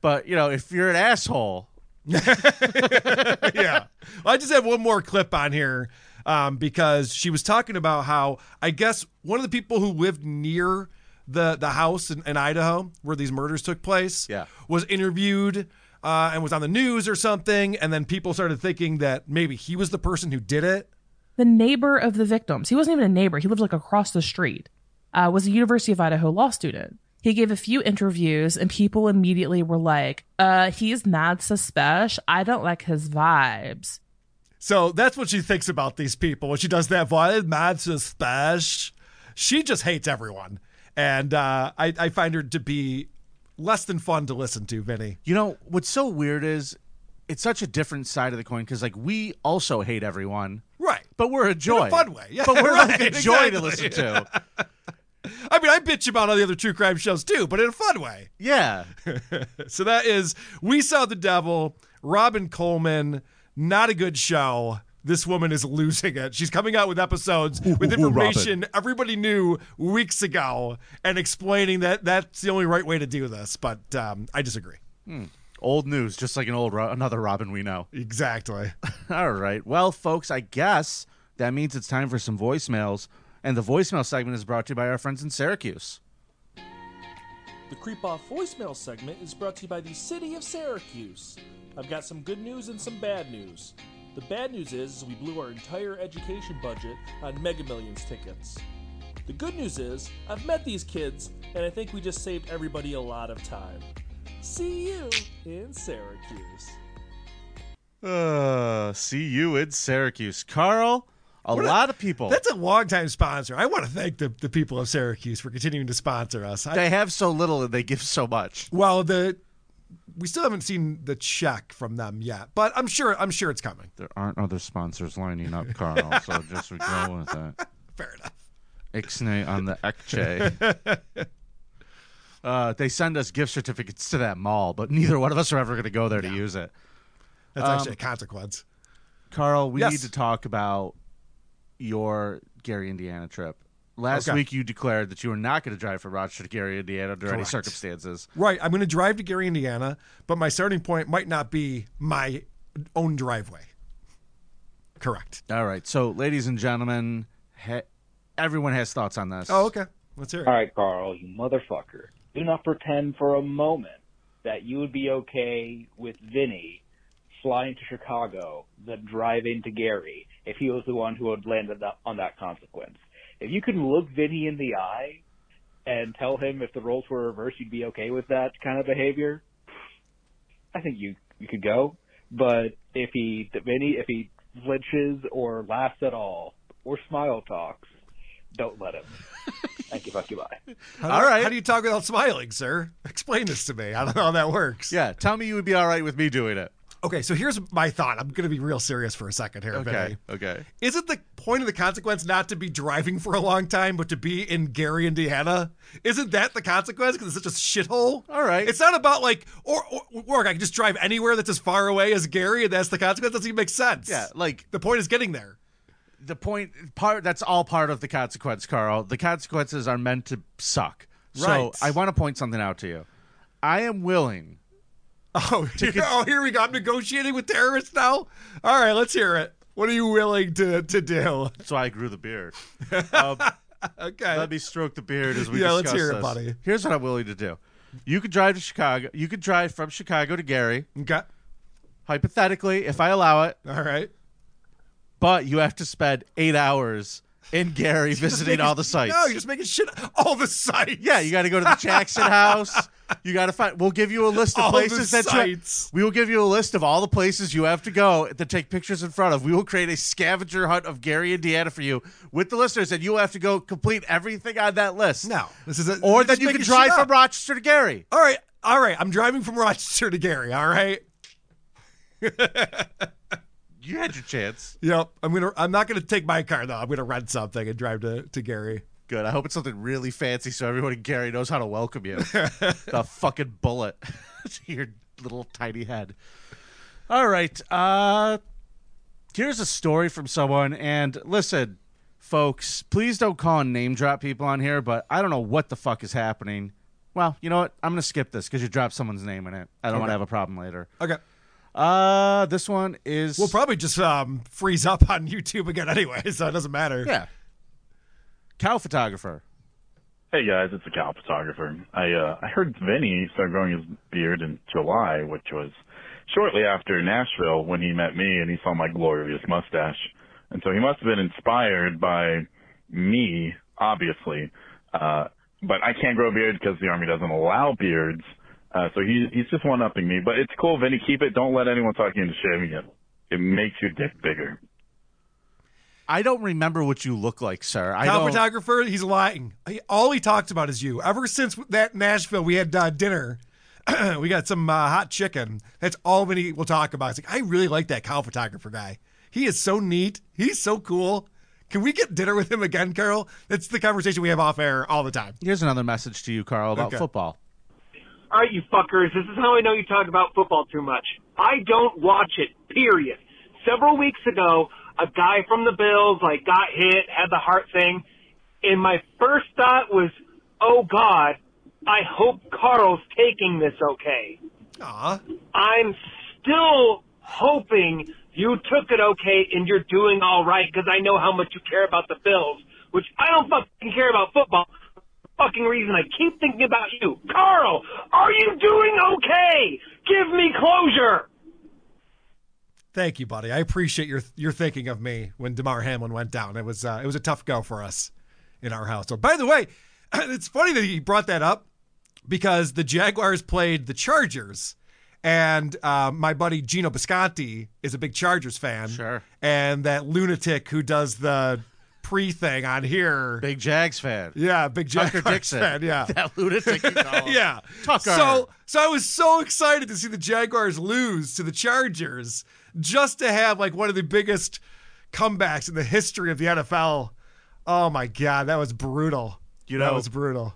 G: but you know, if you're an asshole,
I: (laughs) yeah. Well, I just have one more clip on here um, because she was talking about how I guess one of the people who lived near the the house in, in Idaho where these murders took place
G: Yeah.
I: was interviewed uh, and was on the news or something, and then people started thinking that maybe he was the person who did it.
P: the neighbor of the victims. He wasn't even a neighbor. He lived like across the street. Uh, was a University of Idaho law student. He gave a few interviews, and people immediately were like, uh, "He's mad suspicious. I don't like his vibes."
I: So that's what she thinks about these people when she does that voice. Mad suspicious. She just hates everyone, and uh, I, I find her to be less than fun to listen to, Vinny.
G: You know what's so weird is it's such a different side of the coin because like we also hate everyone,
I: Right.
G: but we're a joy,
I: fun way. Yeah,
G: but we're like a
I: (laughs) right,
G: joy to
I: exactly.
G: listen to.
I: I mean, I bitch about all the other true crime shows too, but in a fun way.
G: Yeah.
I: so that is We Saw the Devil, Robin Coleman, not a good show. This woman is losing it. She's coming out with episodes with
O: ooh, Robin.
I: information everybody knew weeks ago and explaining that that's the only right way to do this, but um, I disagree.
G: Old news, just like an old Ro- another Robin we know.
I: Exactly.
G: All right. Well, folks, I guess that means it's time for some voicemails, and the voicemail segment is brought to you by our friends in Syracuse.
R: The Creep Off voicemail segment is brought to you by the City of Syracuse. I've got some good news and some bad news. The bad news is, is we blew our entire education budget on Mega Millions tickets. The good news is I've met these kids and I think we just saved everybody a lot of time. See you in Syracuse.
G: Uh, see you in Syracuse, Carl. A
I: What a-
G: lot of people.
I: That's a longtime sponsor. I want to thank the, the people of Syracuse for continuing to sponsor us. I-
G: they have so little and they give so much.
I: Well, the we still haven't seen the check from them yet, but I'm sure I'm sure it's coming.
G: There aren't other sponsors lining up, Carl, (laughs) so just we go with that.
I: Fair enough.
G: Ixnay on the Ekche. (laughs) Uh, they send us gift certificates to that mall, but neither one of us are ever going to go there to use it.
I: That's
G: Um,
I: actually a consequence.
G: Carl, we
I: Yes.
G: need to talk about your Gary, Indiana trip. Last
I: Okay.
G: week you declared that you were not going to drive for Rochester, Gary, Indiana under any
I: Correct.
G: circumstances.
I: Right. I'm going to drive to Gary, Indiana, but my starting point might not be my own driveway. Correct.
G: All right. So, ladies and gentlemen, he- everyone has thoughts on this.
I: Oh, okay. Let's hear it.
O: All right, Carl, you motherfucker. Do not pretend for a moment that you would be okay with Vinny flying to Chicago, then driving to Gary, if he was the one who had landed up on that consequence. If you can look Vinny in the eye and tell him if the roles were reversed, you'd be okay with that kind of behavior, I think you, you could go. But if he, Vinny, if he flinches or laughs at all, or smile talks, don't let him. Thank you, fuck you, bye.
I: How do,
G: All right.
I: How do you talk without smiling, sir? Explain this to me. I don't know how that works.
G: Yeah. Tell me you would be all right with me doing it.
I: Okay. So here's my thought. I'm going to be real serious for a second here.
G: Okay.
I: Vinny.
G: Okay.
I: Isn't the point of the consequence not to be driving for a long time, but to be in Gary, Indiana? Isn't that the consequence? Because it's such a shithole. All right. It's not about like, or, or, or I can just drive anywhere that's as far away as Gary, and that's the consequence. Doesn't even make sense.
G: Yeah, like
I: the point is getting
G: (laughs)
I: there.
G: The point part that's all part of the consequence, Carl. The consequences are meant to suck. So
I: Right.
G: I want to point something out to you. I am willing.
I: Oh, (laughs) here, oh, here we go. I'm negotiating with terrorists now. All right, let's hear it. What are you willing to to do?
G: That's why I grew the beard. Um,
I: okay.
G: Let me stroke the beard as we
I: Yeah, let's
G: discuss
I: hear it,
G: this.
I: buddy.
G: Here's what I'm willing to do. You could drive to Chicago. You could drive from Chicago to Gary.
I: Okay.
G: Hypothetically, if I allow it.
I: All right.
G: But you have to spend eight hours in
I: (laughs)
G: Gary visiting all the sites.
I: No, you're (laughs) just making shit. All the sites.
G: Yeah, you got to go to the Jackson House. You got to find. We'll give you a list of
I: All the
G: places that
I: sites.
G: you. We will give you a list of all the places you have to go to take pictures in front of. We will create a scavenger hunt of Gary, Indiana for you with the listeners, and you'll have to go complete everything on that list.
I: No, this is a,
G: or
I: you're
G: then
I: just
G: you can
I: making shit
G: drive from
I: up.
G: Rochester to Gary.
I: All right, all right. I'm driving from Rochester to Gary. All right.
G: You had your chance.
I: Yep. I'm gonna. I'm not gonna take my car though. I'm gonna rent something and drive to to Gary.
G: Good. I hope it's something really fancy so everyone in Gary knows how to welcome (laughs) you. the fucking bullet (laughs) to your little tiny head. All right. Uh here's a story from someone and listen, folks, please don't call and name drop people on here, but I don't know what the fuck is happening. Well, you know what? I'm going to skip this cuz you dropped someone's name in it. I don't want
I: Okay.
G: to have a problem later.
I: Okay.
G: Uh this one is
I: We'll probably just um freeze up on YouTube again anyway, (laughs) so it doesn't matter.
G: Yeah. Cow photographer.
S: Hey guys, it's the cow photographer. I uh, I heard Vinny started growing his beard in July, which was shortly after Nashville when he met me and he saw my glorious mustache, and so he must have been inspired by me, obviously. Uh, but I can't grow a beard because the army doesn't allow beards, uh, so he he's just one upping me. But it's cool, Vinny. Keep it. Don't let anyone talk you into shaving it. It makes your dick bigger.
G: I don't remember what you look like, sir. I
I: Cow
G: don't
I: photographer, he's lying. He- All he talks about is you. Ever since that Nashville, we had uh, dinner. (clears throat) we got some uh, hot chicken. That's all Vinny will talk about. It's like, I really like that cow photographer guy. He is so neat. He's so cool. Can we get dinner with him again, Carol? That's the conversation we have off air all the time.
G: Here's another message to you, Carl, about
I: Okay.
G: football.
T: All right, you fuckers, this is how I know you talk about football too much. I don't watch it, period. Several weeks ago, a guy from the Bills, like, got hit, had the heart thing, and my first thought was, oh god, I hope Carl's taking this okay.
I: Aw.
T: I'm still hoping you took it okay and you're doing alright, because I know how much you care about the Bills, which I don't fucking care about football fucking reason I keep thinking about you. Carl, are you doing okay? Give me closure.
I: Thank you, buddy. I appreciate your your thinking of me when Demar Hamlin went down. It was uh, it was a tough go for us in our household. By the way, (clears throat) it's funny that he brought that up because the Jaguars played the Chargers, and uh, my buddy Gino Bisconti is a big Chargers fan. Sure. And that lunatic who does the pre thing on here,
G: big Jags fan.
I: Yeah, big Jaguars
G: Tucker Dixon.
I: fan. Yeah,
G: (laughs)
I: (laughs)
G: That lunatic you call him.
I: yeah.
G: Tucker.
I: So so I was so excited to see the Jaguars lose to the Chargers just to have like one of the biggest comebacks in the history of the NFL. Oh my god, that was brutal.
G: You
I: that
G: know-
I: was brutal.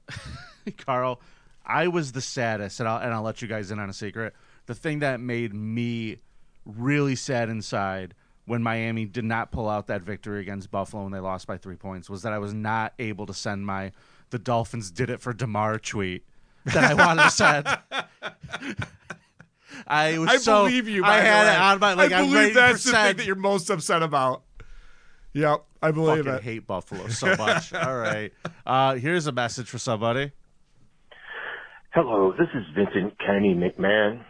G: (laughs) Carl, I was the saddest, and I'll and I'll let you guys in on a secret. The thing that made me really sad inside when Miami did not pull out that victory against Buffalo when they lost by three points was that I was not able to send my the Dolphins did it for Demar tweet that I wanted to send. (laughs) I was
I: I
G: so
I: believe you.
G: I
I: by the
G: had
I: way.
G: it on my like
I: I
G: I'm
I: believe
G: ready
I: that's
G: to
I: the thing that you're most upset about. Yep, I believe
G: fucking
I: it.
G: hate Buffalo so much. All right, uh, here's a message for somebody.
U: Hello, this is Vincent Kennedy McMahon.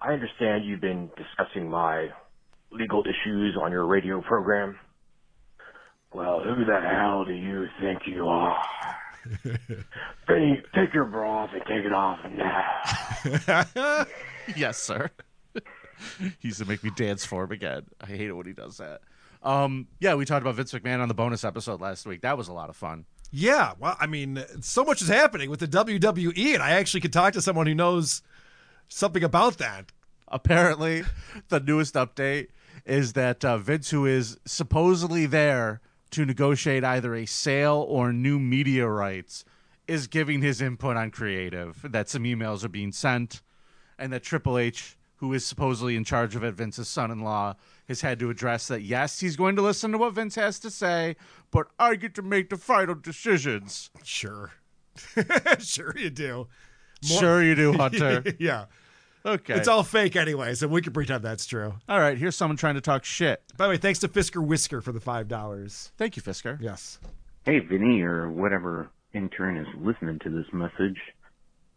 U: I understand you've been discussing my legal issues on your radio program. Well, who the hell do you think you are? Vinny, take your bra off and take it off now.
G: yes, sir. (laughs) He's gonna make me dance for him again. I hate it when he does that. Um, yeah, we talked about Vince McMahon on the bonus episode last week. That was a lot of fun.
I: Yeah, well, I mean, so much is happening with the WWE, and I actually could talk to someone who knows something about that.
G: Apparently, the newest update is that uh, Vince, who is supposedly there to negotiate either a sale or new media rights, is giving his input on creative. That some emails are being sent, and that Triple H, who is supposedly in charge of it, Vince's son-in-law, has had to address that. Yes, he's going to listen to what Vince has to say, but I get to make the final decisions.
I: Sure, (laughs) sure you do. (laughs)
G: Sure you do, Hunter.
I: yeah.
G: (laughs) Okay.
I: It's all fake anyway, so we can pretend that's true.
G: All right, here's someone trying to talk shit.
I: By the way, thanks to Fisker Whisker for the five dollars.
G: Thank you, Fisker.
I: Yes.
V: Hey, Vinny, or whatever intern is listening to this message.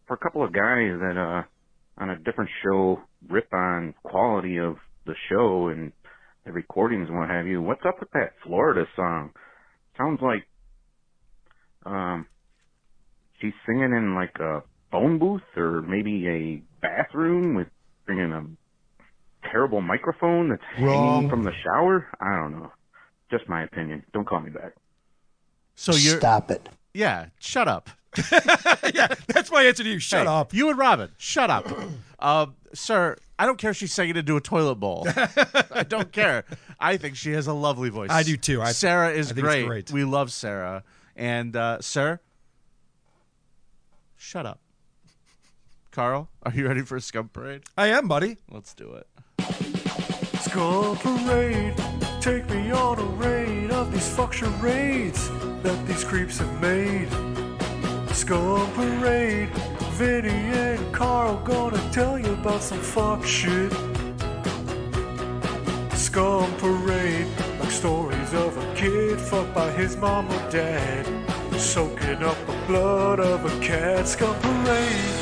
V: For a couple of guys that, uh, on a different show rip on quality of the show and the recordings and what have you, what's up with that Florida song? Sounds like, um, she's singing in like a phone booth or maybe a bathroom with bringing a terrible microphone that's
I: Wrong.
V: hanging from the shower. I don't know. Just my opinion. Don't call me back.
G: So you're
V: Stop it.
G: Yeah, shut up.
I: yeah, (laughs) that's my answer to you. Shut
G: up. You and Robin, shut up. (clears throat) um, sir, I don't care if she's singing into a toilet
I: (laughs)
G: bowl. I don't care. I think she has a lovely voice.
I: I do too. I-
G: Sarah is
I: I think it's
G: great.
I: great.
G: We love Sarah. And uh, sir, shut up. Carl, are you ready for a scum parade?
I: I am, buddy.
G: Let's do it.
W: Skull parade, take me on a raid of these fuck charades that these creeps have made. Skull parade, Vinny and Carl gonna tell you about some fuck shit. Skull parade, like stories of a kid fucked by his mom or dad, soaking up the blood of a cat. Skull parade.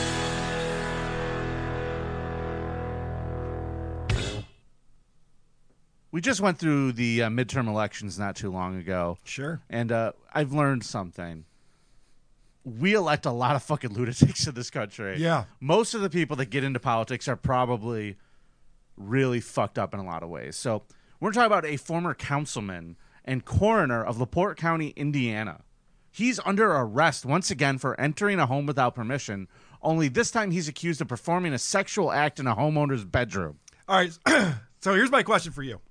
G: We just went through the uh, midterm elections not too long ago.
I: Sure.
G: And uh, I've learned something. We elect a lot of fucking lunatics in this country.
I: Yeah.
G: Most of the people that get into politics are probably really fucked up in a lot of ways. So we're talking about a former councilman and coroner of LaPorte County, Indiana. He's under arrest once again for entering a home without permission, only this time he's accused of performing a sexual act in a homeowner's bedroom.
I: All right. (clears throat) so here's my question for you.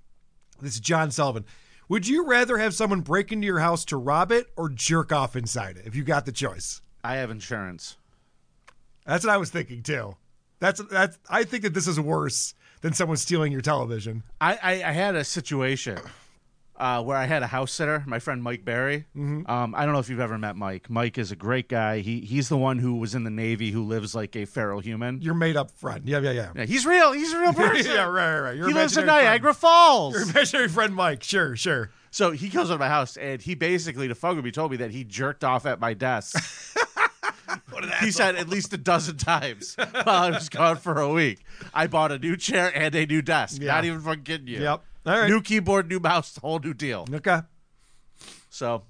I: This is John Sullivan. Would you rather have someone break into your house to rob it or jerk off inside it if you got the choice?
G: I have insurance.
I: That's what I was thinking too. That's that's I think that this is worse than someone stealing your television.
G: I, I, I had a situation uh, where I had a house sitter, my friend Mike Barry.
I: Mhm.
G: Um, I don't know if you've ever met Mike. Mike is a great guy. He he's the one who was in the Navy who lives like a feral human.
I: Your made up friend. Yeah, yeah, yeah.
G: Yeah, he's real. He's a real person.
I: (laughs) yeah, right, right, right. Your
G: he lives in
I: imaginary friend.
G: Niagara Falls.
I: Your imaginary friend Mike. Sure, sure.
G: So he comes over to my house and he basically to fuck with me told me that he jerked off at my desk.
I: (laughs)
G: he said at least a dozen times while I was gone for a week. I bought a new chair and a new desk.
I: Yeah.
G: Not even fucking kidding you.
I: Yep. All right.
G: New keyboard, new mouse, whole new deal.
I: Okay.
G: So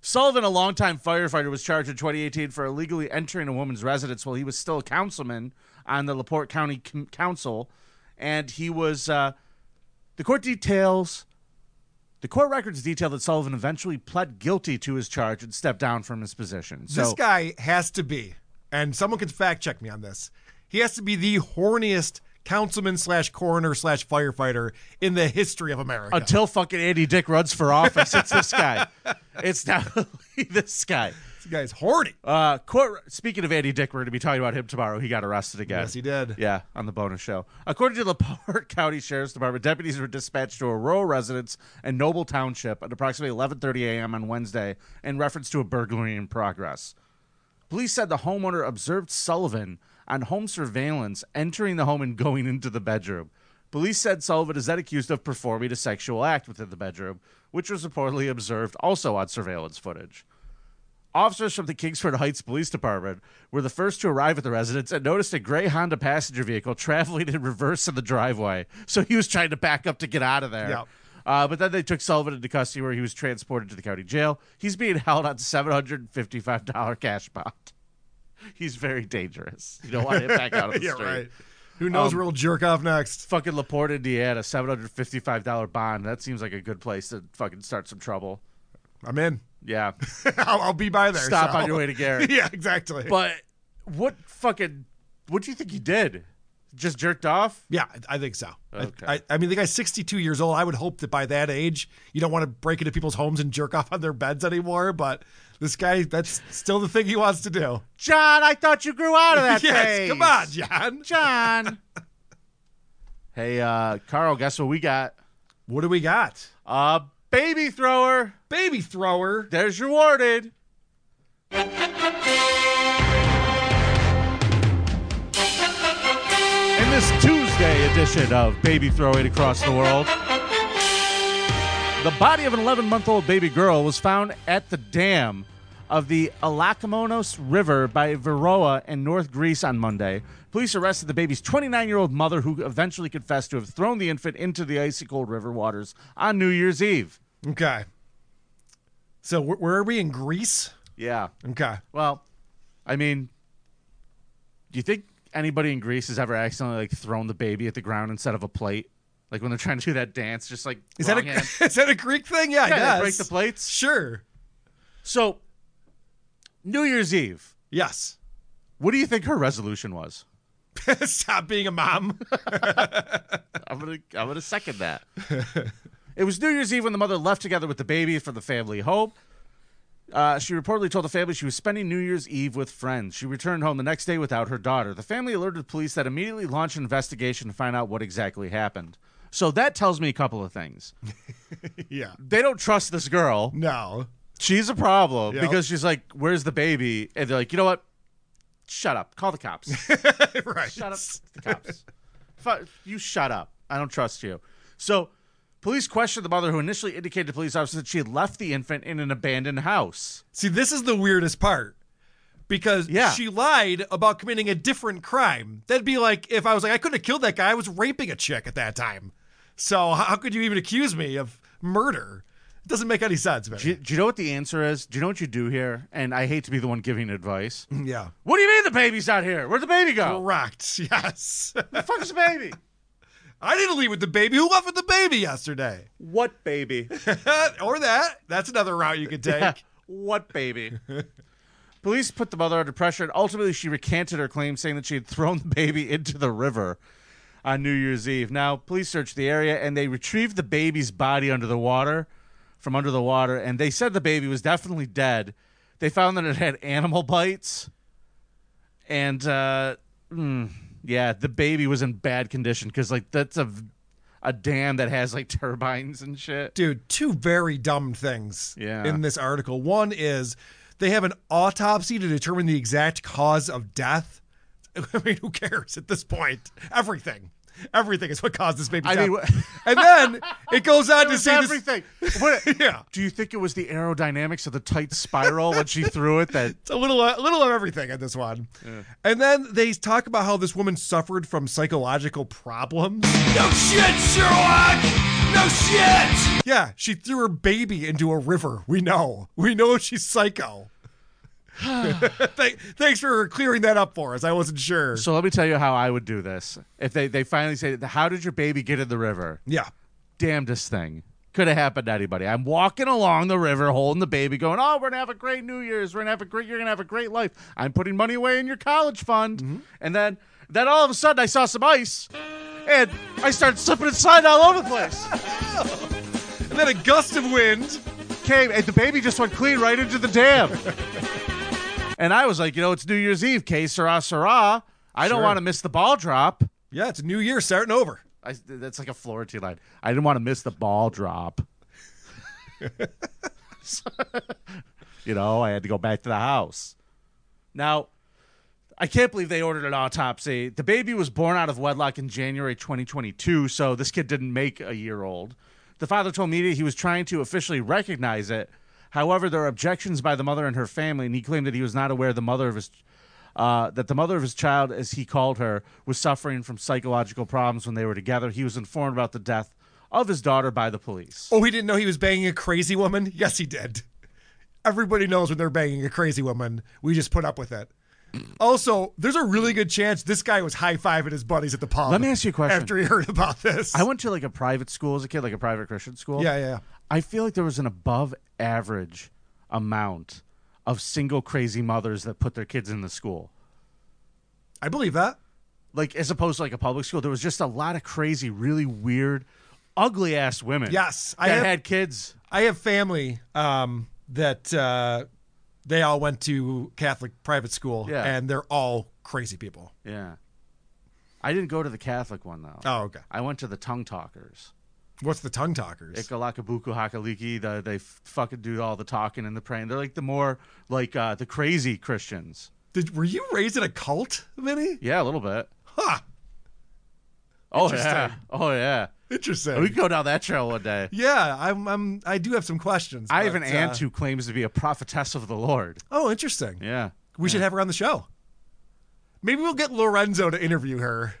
G: Sullivan, a longtime firefighter, was charged in 2018 for illegally entering a woman's residence while he was still a councilman on the LaPorte County Com- Council. And he was, uh, the court details, the court records detail that Sullivan eventually pled guilty to his charge and stepped down from his position. So,
I: this guy has to be, and someone can fact check me on this. He has to be the horniest councilman slash coroner slash firefighter in the history of America.
G: until fucking Andy Dick runs for office, it's (laughs) this guy. It's not only this guy. this guy's horny. Uh, court, speaking of Andy Dick, we're going to be talking about him tomorrow. He got arrested again.
I: Yes, he did.
G: Yeah, on the bonus show. According to the (laughs) Park County Sheriff's Department, deputies were dispatched to a rural residence in Noble Township at approximately 11:30 a.m. on Wednesday in reference to a burglary in progress. Police said the homeowner observed Sullivan on home surveillance entering the home and going into the bedroom. Police said Sullivan is then accused of performing a sexual act within the bedroom, which was reportedly observed also on surveillance footage. Officers from the Kingsford Heights Police Department were the first to arrive at the residence and noticed a gray Honda passenger vehicle traveling in reverse in the driveway. So he was trying to back up to get out of there.
I: Yep.
G: Uh, but then they took Sullivan into custody where he was transported to the county jail. He's being held on $755 cash bond. (laughs) He's very dangerous. You don't want him back
I: (laughs)
G: out of the
I: Yeah,
G: street. Um,
I: right. Who knows where he'll jerk off next?
G: Fucking Laporte, Indiana, seven hundred fifty-five dollar bond. That seems like a good place to fucking start some trouble.
I: I'm in. (laughs)
G: Yeah,
I: I'll, I'll be by there.
G: Stop
I: so.
G: on your way to Garrett.
I: (laughs) yeah, exactly.
G: But what fucking? What do you think he did? Just jerked off?
I: Yeah, I- I think so. I-
G: Okay.
I: I, I mean, the guy's 62 years old. I would hope that by that age, you don't want to break into people's homes and jerk off on their beds anymore. But this guy, that's still the thing he wants to do.
G: John, I thought you grew out of (laughs) that
I: (laughs) yes,
G: phase.
I: come on, John.
G: John. (laughs) Hey, uh, Carl, guess what we got?
I: What do we got?
G: Uh, baby thrower.
I: Baby thrower.
G: There's your warded. In this Tuesday edition of Baby Throwing Across the World, the body of an 11 month old baby girl was found at the dam of the Alakomonos River by Veroa in North Greece on Monday. Police arrested the baby's 29 year old mother, who eventually confessed to have thrown the infant into the icy cold river waters on New Year's Eve.
I: Okay. So wh- where are we in Greece?
G: Yeah.
I: Okay.
G: Well, I mean, do you think anybody in Greece has ever accidentally like thrown the baby at the ground instead of a plate? Like when they're trying to do that dance, just like
I: Is that
G: wrong
I: a
G: hand.
I: (laughs) is that a Greek thing? Yeah,
G: Yeah, they
I: I guess.
G: break the plates.
I: Sure.
G: So, New Year's Eve.
I: Yes. (laughs)
G: What do you think her resolution was?
I: Stop being a mom. (laughs)
G: I'm gonna I'm gonna second that. it was New Year's Eve when the mother left together with the baby for the family home. Uh, she reportedly told the family she was spending New Year's Eve with friends. She returned home the next day without her daughter. The family alerted police that immediately launched an investigation to find out what exactly happened. So that tells me a couple of things.
I: yeah.
G: They don't trust this girl.
I: No. (laughs)
G: She's a problem
I: Yep.
G: because she's like, "Where's the baby?" And they're like, "You know what? Shut up. Call the cops."
I: right.
G: Shut up, (laughs) the cops. Fu- you shut up. I don't trust you. So, police questioned the mother, who initially indicated to police officers that she had left the infant in an abandoned house.
I: See, this is the weirdest part because
G: Yeah.
I: she lied about committing a different crime. That'd be like if I was like, I couldn't have killed that guy. I was raping a chick at that time. So how could you even accuse me of murder? It doesn't make any sense, man.
G: Do you, do you know what the answer is? Do you know what you do here? And I hate to be the one giving advice.
I: yeah.
G: What do you mean the baby's not here? Where'd the baby go?
I: Correct. (laughs) Yes.
G: The fuck's the baby?
I: I didn't leave with the baby. Who left with the baby yesterday? (laughs)
G: What baby?
I: or that. That's another route you could take.
G: Yeah.
I: (laughs)
G: What baby? Police put the mother under pressure, and ultimately she recanted her claim, saying that she had thrown the baby into the river on New Year's Eve. Now, police searched the area and they retrieved the baby's body under the water, from under the water, and they said the baby was definitely dead. They found that it had animal bites, and uh, mm, yeah, the baby was in bad condition because like that's a a dam that has like turbines and shit.
I: Dude, two very dumb things
G: Yeah.
I: in this article. One is they have an autopsy to determine the exact cause of death. (laughs) I mean, who cares at this point? Everything. Everything is what caused this baby's
G: I (laughs)
I: death.
G: mean,
I: and then it goes
G: (laughs)
I: on to
G: was
I: see this,
G: everything. What-
I: (laughs) Yeah.
G: Do you think it was the aerodynamics of the tight spiral when she threw it
I: (laughs)
G: that?
I: It's a little, a little of everything at this one. And then they talk about how this woman suffered from psychological problems. No shit, Sherlock! No shit! Yeah, she threw her baby into a river. We know. We know she's psycho. Th- thanks for clearing that up for us. I wasn't sure.
G: So let me tell you how I would do this. If they they finally say, "How did your baby get in the river?"
I: Yeah.
G: Damnedest thing could have happened to anybody. I'm walking along the river, holding the baby, going, "Oh, we're gonna have a great New Year's. We're gonna have a great. You're gonna have a great life. I'm putting money away in your college fund."
I: Mm-hmm.
G: And then then all of a sudden, I saw some ice, and I started slipping and sliding all over the place.
I: And then a gust of wind
G: came, and the baby just went clean right into the dam. And I was like, you know, it's New Year's Eve, K Sarah Sarah. I don't
I: Sure.
G: want to miss the ball drop.
I: Yeah, it's a new year starting over.
G: I, that's like a Florentine line. I didn't want to miss the ball drop. (laughs) you know, I had to go back to the house. Now, I can't believe they ordered an autopsy. The baby was born out of wedlock in January 2022, so this kid didn't make a year old. The father told media he was trying to officially recognize it. However, there are objections by the mother and her family, and he claimed that he was not aware the mother of his uh, that the mother of his child, as he called her, was suffering from psychological problems when they were together. He was informed about the death of his daughter by the police.
I: Oh, he didn't know he was banging a crazy woman? Yes, he did. Everybody knows when they're banging a crazy woman. We just put up with it. Also, there's a really good chance this guy was high fiving his buddies at the pub.
G: Let me ask you a question.
I: After he heard about this,
G: I went to like a private school as a kid, like a private Christian school.
I: Yeah, yeah, yeah.
G: I feel like there was an above average amount of single crazy mothers that put their kids in the school.
I: I believe that.
G: Like as opposed to like a public school, there was just a lot of crazy, really weird, ugly ass women.
I: Yes,
G: I had kids.
I: I have family um, that uh, they all went to Catholic private school,
G: Yeah.
I: and they're all crazy people.
G: Yeah. I didn't go to the Catholic one though.
I: Oh, okay.
G: I went to the tongue talkers.
I: What's the tongue talkers?
G: Ikalakabuku Hakaliki. The, they f- fucking do all the talking and the praying. They're like the more like uh, the crazy Christians.
I: Did were you raised in a cult, Vinny?
G: Yeah, a little bit.
I: Huh.
G: Oh
I: Interesting.
G: yeah. Oh yeah. (laughs)
I: Interesting.
G: We could go down that trail one day.
I: Yeah, I'm. I'm. I do have some questions.
G: I have an
I: (laughs) but, uh,
G: aunt who claims to be a prophetess of the Lord.
I: Oh, interesting.
G: Yeah.
I: We should have her on the show. Maybe we'll get Lorenzo to interview her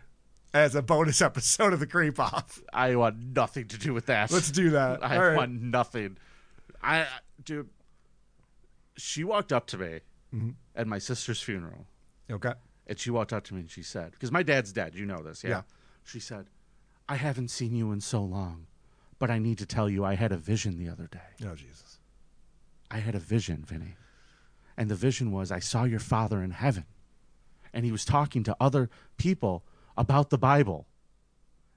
I: as a bonus (laughs) episode of the Creep Off.
G: I want nothing to do with that.
I: Let's do
G: (laughs)
I: that.
G: I
I: All right.
G: want nothing. I dude. She walked up to me
I: Mhm.
G: at my sister's funeral.
I: Okay.
G: And she walked up to me and she said, because my dad's dead, you know this, yeah?
I: Yeah.
G: She said, I haven't seen you in so long, but I need to tell you I had a vision the other day.
I: Oh Jesus.
G: I had a vision, Vinny. And the vision was I saw your father in heaven. And he was talking to other people about the Bible.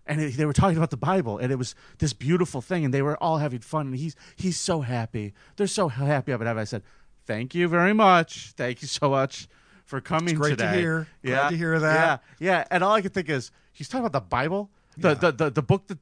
G: And it- they were talking about the Bible, and it was this beautiful thing, and they were all having fun. And he's he's so happy; they're so happy up in heaven. I said, "Thank you very much. Thank you so much for coming
I: great to
G: today."
I: hear. Glad to hear that.
G: Yeah, yeah. And all I could think is, he's talking about the Bible, the the, the the book that,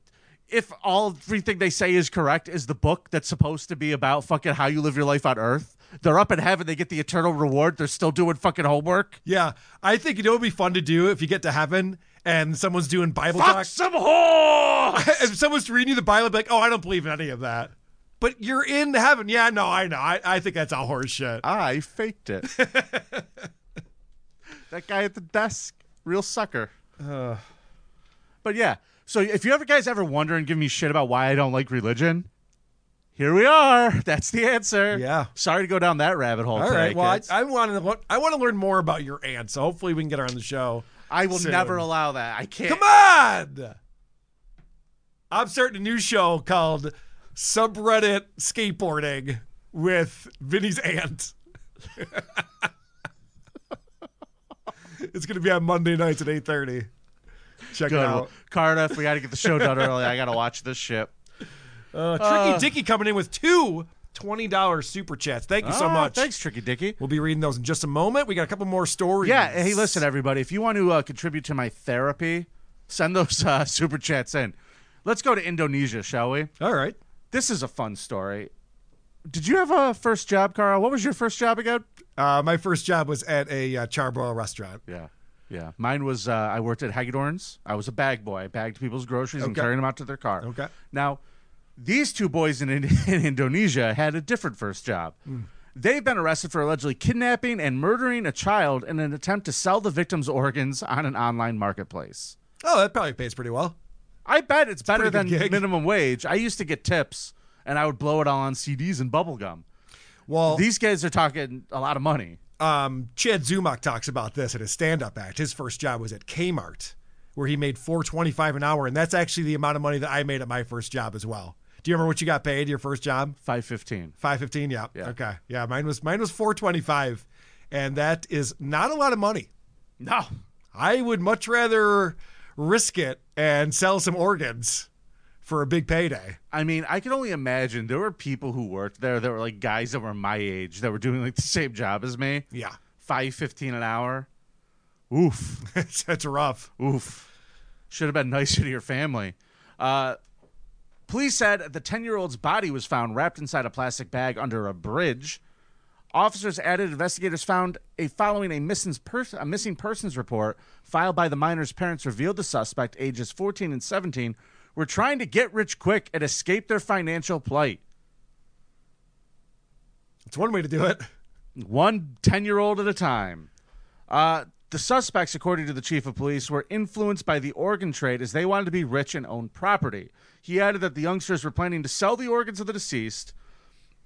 G: if all everything they say is correct, is the book that's supposed to be about fucking how you live your life on Earth. They're up in heaven; they get the eternal reward. They're still doing fucking homework.
I: Yeah, I think you know it would be fun to do if you get to heaven and someone's doing Bible
G: Fuck
I: talk.
G: some whore.
I: (laughs) if someone's reading you the Bible, be like, oh, I don't believe in any of that. But you're in heaven. Yeah, no, I know. I, I think that's all horse shit.
G: (laughs) I faked
I: (laughs)
G: it. that guy at the desk, real sucker. But yeah, so if you ever guys ever wonder and give me shit about why I don't like religion, here we are. (laughs) That's the answer. Yeah. Sorry to go down that rabbit hole.
I: All
G: today,
I: right. Well, I,
G: kids.
I: I want to lo- I want to learn more about your aunt, so hopefully we can get her on the show.
G: I will
I: soon.
G: never allow that. I can't.
I: Come on. I'm starting a new show called Subreddit Skateboarding with Vinny's aunt. (laughs) it's gonna be on Monday nights at 8:30. Check
G: Good.
I: it out.
G: Cardiff, we got to get the show done early. I got to watch this shit.
I: Uh, Tricky Dicky coming in with two $20 super chats. Thank you so
G: Ah,
I: much.
G: Thanks, Tricky Dicky.
I: We'll be reading those in just a moment. We got a couple more stories.
G: Yeah. Hey, listen, everybody. If you want to uh, contribute to my therapy, send those uh, (laughs) super chats in. Let's go to Indonesia, shall we?
I: All right.
G: This is a fun story. Did you have a first job, Carl? What was your first job again?
I: Uh, my first job was at a uh, charbroil restaurant.
G: Yeah. Yeah. Mine was uh, I worked at Hagedorn's. I was a bag boy. I bagged people's groceries and
I: Okay.
G: carried them out to their car.
I: Okay.
G: Now, these two boys in, (laughs) in Indonesia had a different first job. They've been arrested for allegedly kidnapping and murdering a child in an attempt to sell the victim's organs on an online marketplace.
I: Oh, that probably pays pretty well.
G: I bet it's better
I: pretty
G: than
I: good gig.
G: minimum wage. I used to get tips and I would blow it all on CDs and bubble gum.
I: Well,
G: These guys are talking a lot of money.
I: um, Chad Zumach talks about this in his stand-up act. His first job was at Kmart, where he made four twenty-five an hour, and that's actually the amount of money that I made at my first job as well. Do you remember what you got paid your first job?
G: Five fifteen.
I: Five fifteen. Yeah. yeah. Okay. Yeah. Mine was mine was four twenty-five, and that is not a lot of money.
G: No.
I: I would much rather risk it and sell some organs for a big payday.
G: I mean, I can only imagine there were people who worked there that were like guys that were my age that were doing like the same job as me.
I: Yeah. (laughs)
G: five fifteen an hour. Oof,
I: that's rough.
G: Oof, should have been nicer to your family. Uh, police said the ten-year-old's body was found wrapped inside a plastic bag under a bridge. Officers added investigators found a following a missing, pers- a missing persons report filed by the minor's parents revealed the suspect, ages 14 and 17, were trying to get rich quick and escape their financial plight.
I: It's one way to do it. (laughs)
G: One 10 year old at a time. Uh, the suspects, according to the chief of police, were influenced by the organ trade as they wanted to be rich and own property. He added that the youngsters were planning to sell the organs of the deceased.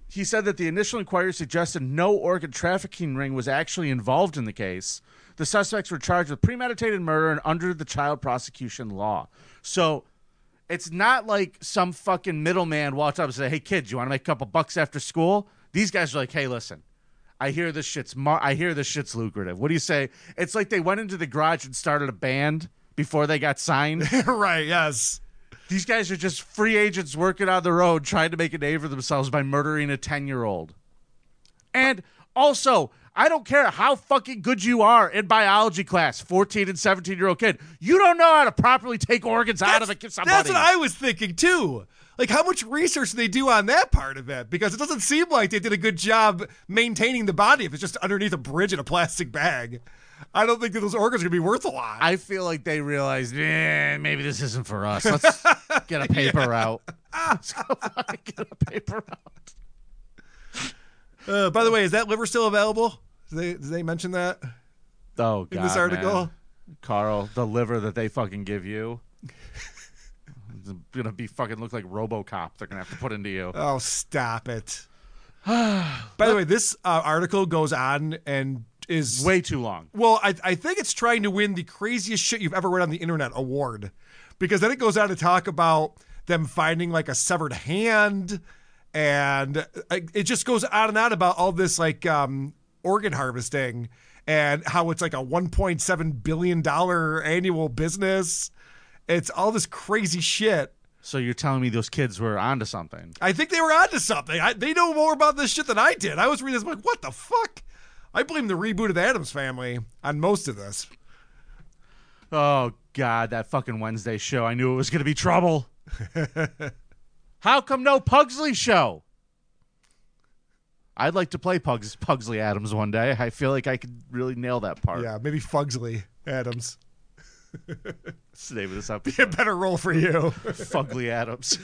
G: He said that the initial inquiry suggested no organ trafficking ring was actually involved in the case. The suspects were charged with premeditated murder and under the child prosecution law. So it's not like some fucking middleman walked up and said, "Hey kid, you want to make a couple bucks after school?" These guys are like, "Hey, listen, I hear this shit's mar- I hear this shit's lucrative. What do you say?" It's like they went into the garage and started a band before they got signed.
I: right? Yes.
G: These guys are just free agents working on the road, trying to make a name for themselves by murdering a ten-year-old. And also, I don't care how fucking good you are in biology class, 14 and 17 year old kid. You don't know how to properly take organs out of a kid. Somebody.
I: That's what I was thinking too. Like, how much research do they do on that part of it? Because it doesn't seem like they did a good job maintaining the body if it's just underneath a bridge in a plastic bag. I don't think that those organs are going to be worth a lot.
G: I feel like they realized, man, maybe this isn't for us.
I: (laughs)
G: Let's get a paper out. (laughs) get a paper out.
I: Uh, by the way, is that liver still available? Did they, did they mention that?
G: Oh, God.
I: In this article?
G: man. Carl, the liver that they fucking give you. (laughs) It's gonna be fucking look like RoboCop. They're gonna have to put into you.
I: Oh,
G: (sighs)
I: stop it. By the way, this uh, article goes on and is
G: way too long.
I: Well, I, I think it's trying to win the craziest shit you've ever read on the internet award because then it goes on to talk about them finding like a severed hand and uh, it just goes on and on about all this like um, organ harvesting and how it's like a $1.7 billion annual business. It's all this crazy shit.
G: So you're telling me those kids were onto something?
I: I think they were onto something. I, they know more about this shit than I did. I was reading this, I'm like, what the fuck? I blame the reboot of the Adams Family on most of this.
G: Oh God, that fucking Wednesday show! I knew it was gonna be trouble. (laughs) How come no Pugsley show? I'd like to play Pugs, Pugsley Adams one day. I feel like I could really nail that part.
I: Yeah, maybe Fugsley Adams. (laughs)
G: That's the name of this episode.
I: Be a better role for you.
G: Fugly Adams.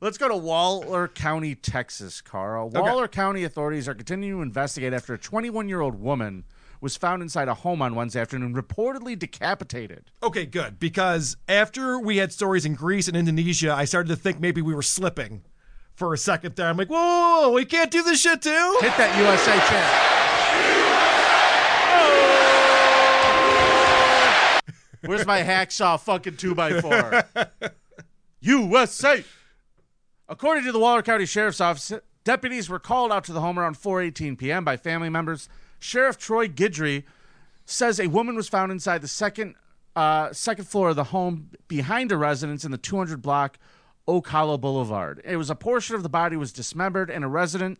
G: Let's go to Waller County, Texas, Carl.
I: Okay.
G: Waller County authorities are continuing to investigate after a 21 year old woman was found inside a home on Wednesday afternoon, reportedly decapitated.
I: (laughs) Okay, good. Because after we had stories in Greece and Indonesia, I started to think maybe we were slipping for a second there. I'm like, whoa, whoa, whoa, we can't do this shit too.
G: Hit that USA chant. Oh. Where's my hacksaw fucking 2 by 4 USA! According to the Waller County Sheriff's Office, deputies were called out to the home around 4:18 p.m. by family members. Sheriff Troy Guidry says a woman was found inside the second uh, second floor of the home behind a residence in the 200 block Oak Hollow Boulevard. It was a portion of the body was dismembered, and a resident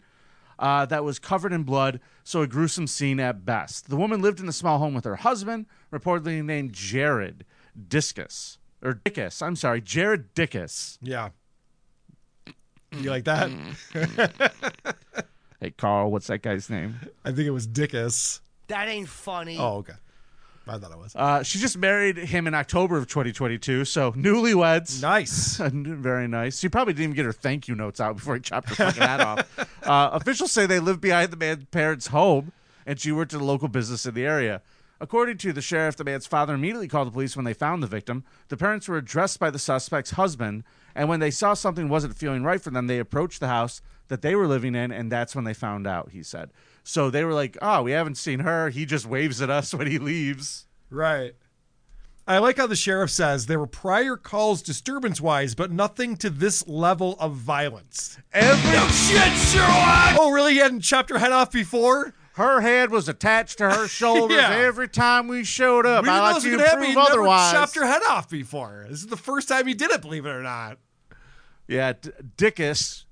G: uh, that was covered in blood, so a gruesome scene at best. The woman lived in the small home with her husband, reportedly named Jared Discus. Or Dickus, I'm sorry, Jared Dickus.
I: Yeah. You like that?
G: hey, Carl, what's that guy's name?
I: I think it was Dickus.
A: That ain't funny.
I: Oh, okay. I thought it was.
G: Uh, she just married him in October of 2022, so newlyweds. (laughs)
I: Nice.
G: Very nice. She probably didn't even get her thank you notes out before he chopped her fucking head off. Uh, officials say they lived behind the man's parents' home, and she worked at a local business in the area. According to the sheriff, the man's father immediately called the police when they found the victim. The parents were addressed by the suspect's husband, and when they saw something wasn't feeling right for them, they approached the house that they were living in, and that's when they found out, he said. So they were like, oh, we haven't seen her. He just waves at us when he leaves.
I: Right. I like how the sheriff says there were prior calls disturbance wise, but nothing to this level of violence.
G: Every
I: shit, Sherlock! Oh, really? He hadn't chopped her head off before?
G: Her head was attached to her shoulders
I: (laughs) Yeah.
G: every time we showed up.
I: We didn't
G: I
I: know
G: like
I: this
G: to
I: was gonna happen.
G: improve
I: He never
G: otherwise.
I: chopped her head off before. This is the first time he did it, believe it or not.
G: Yeah, D- Dickus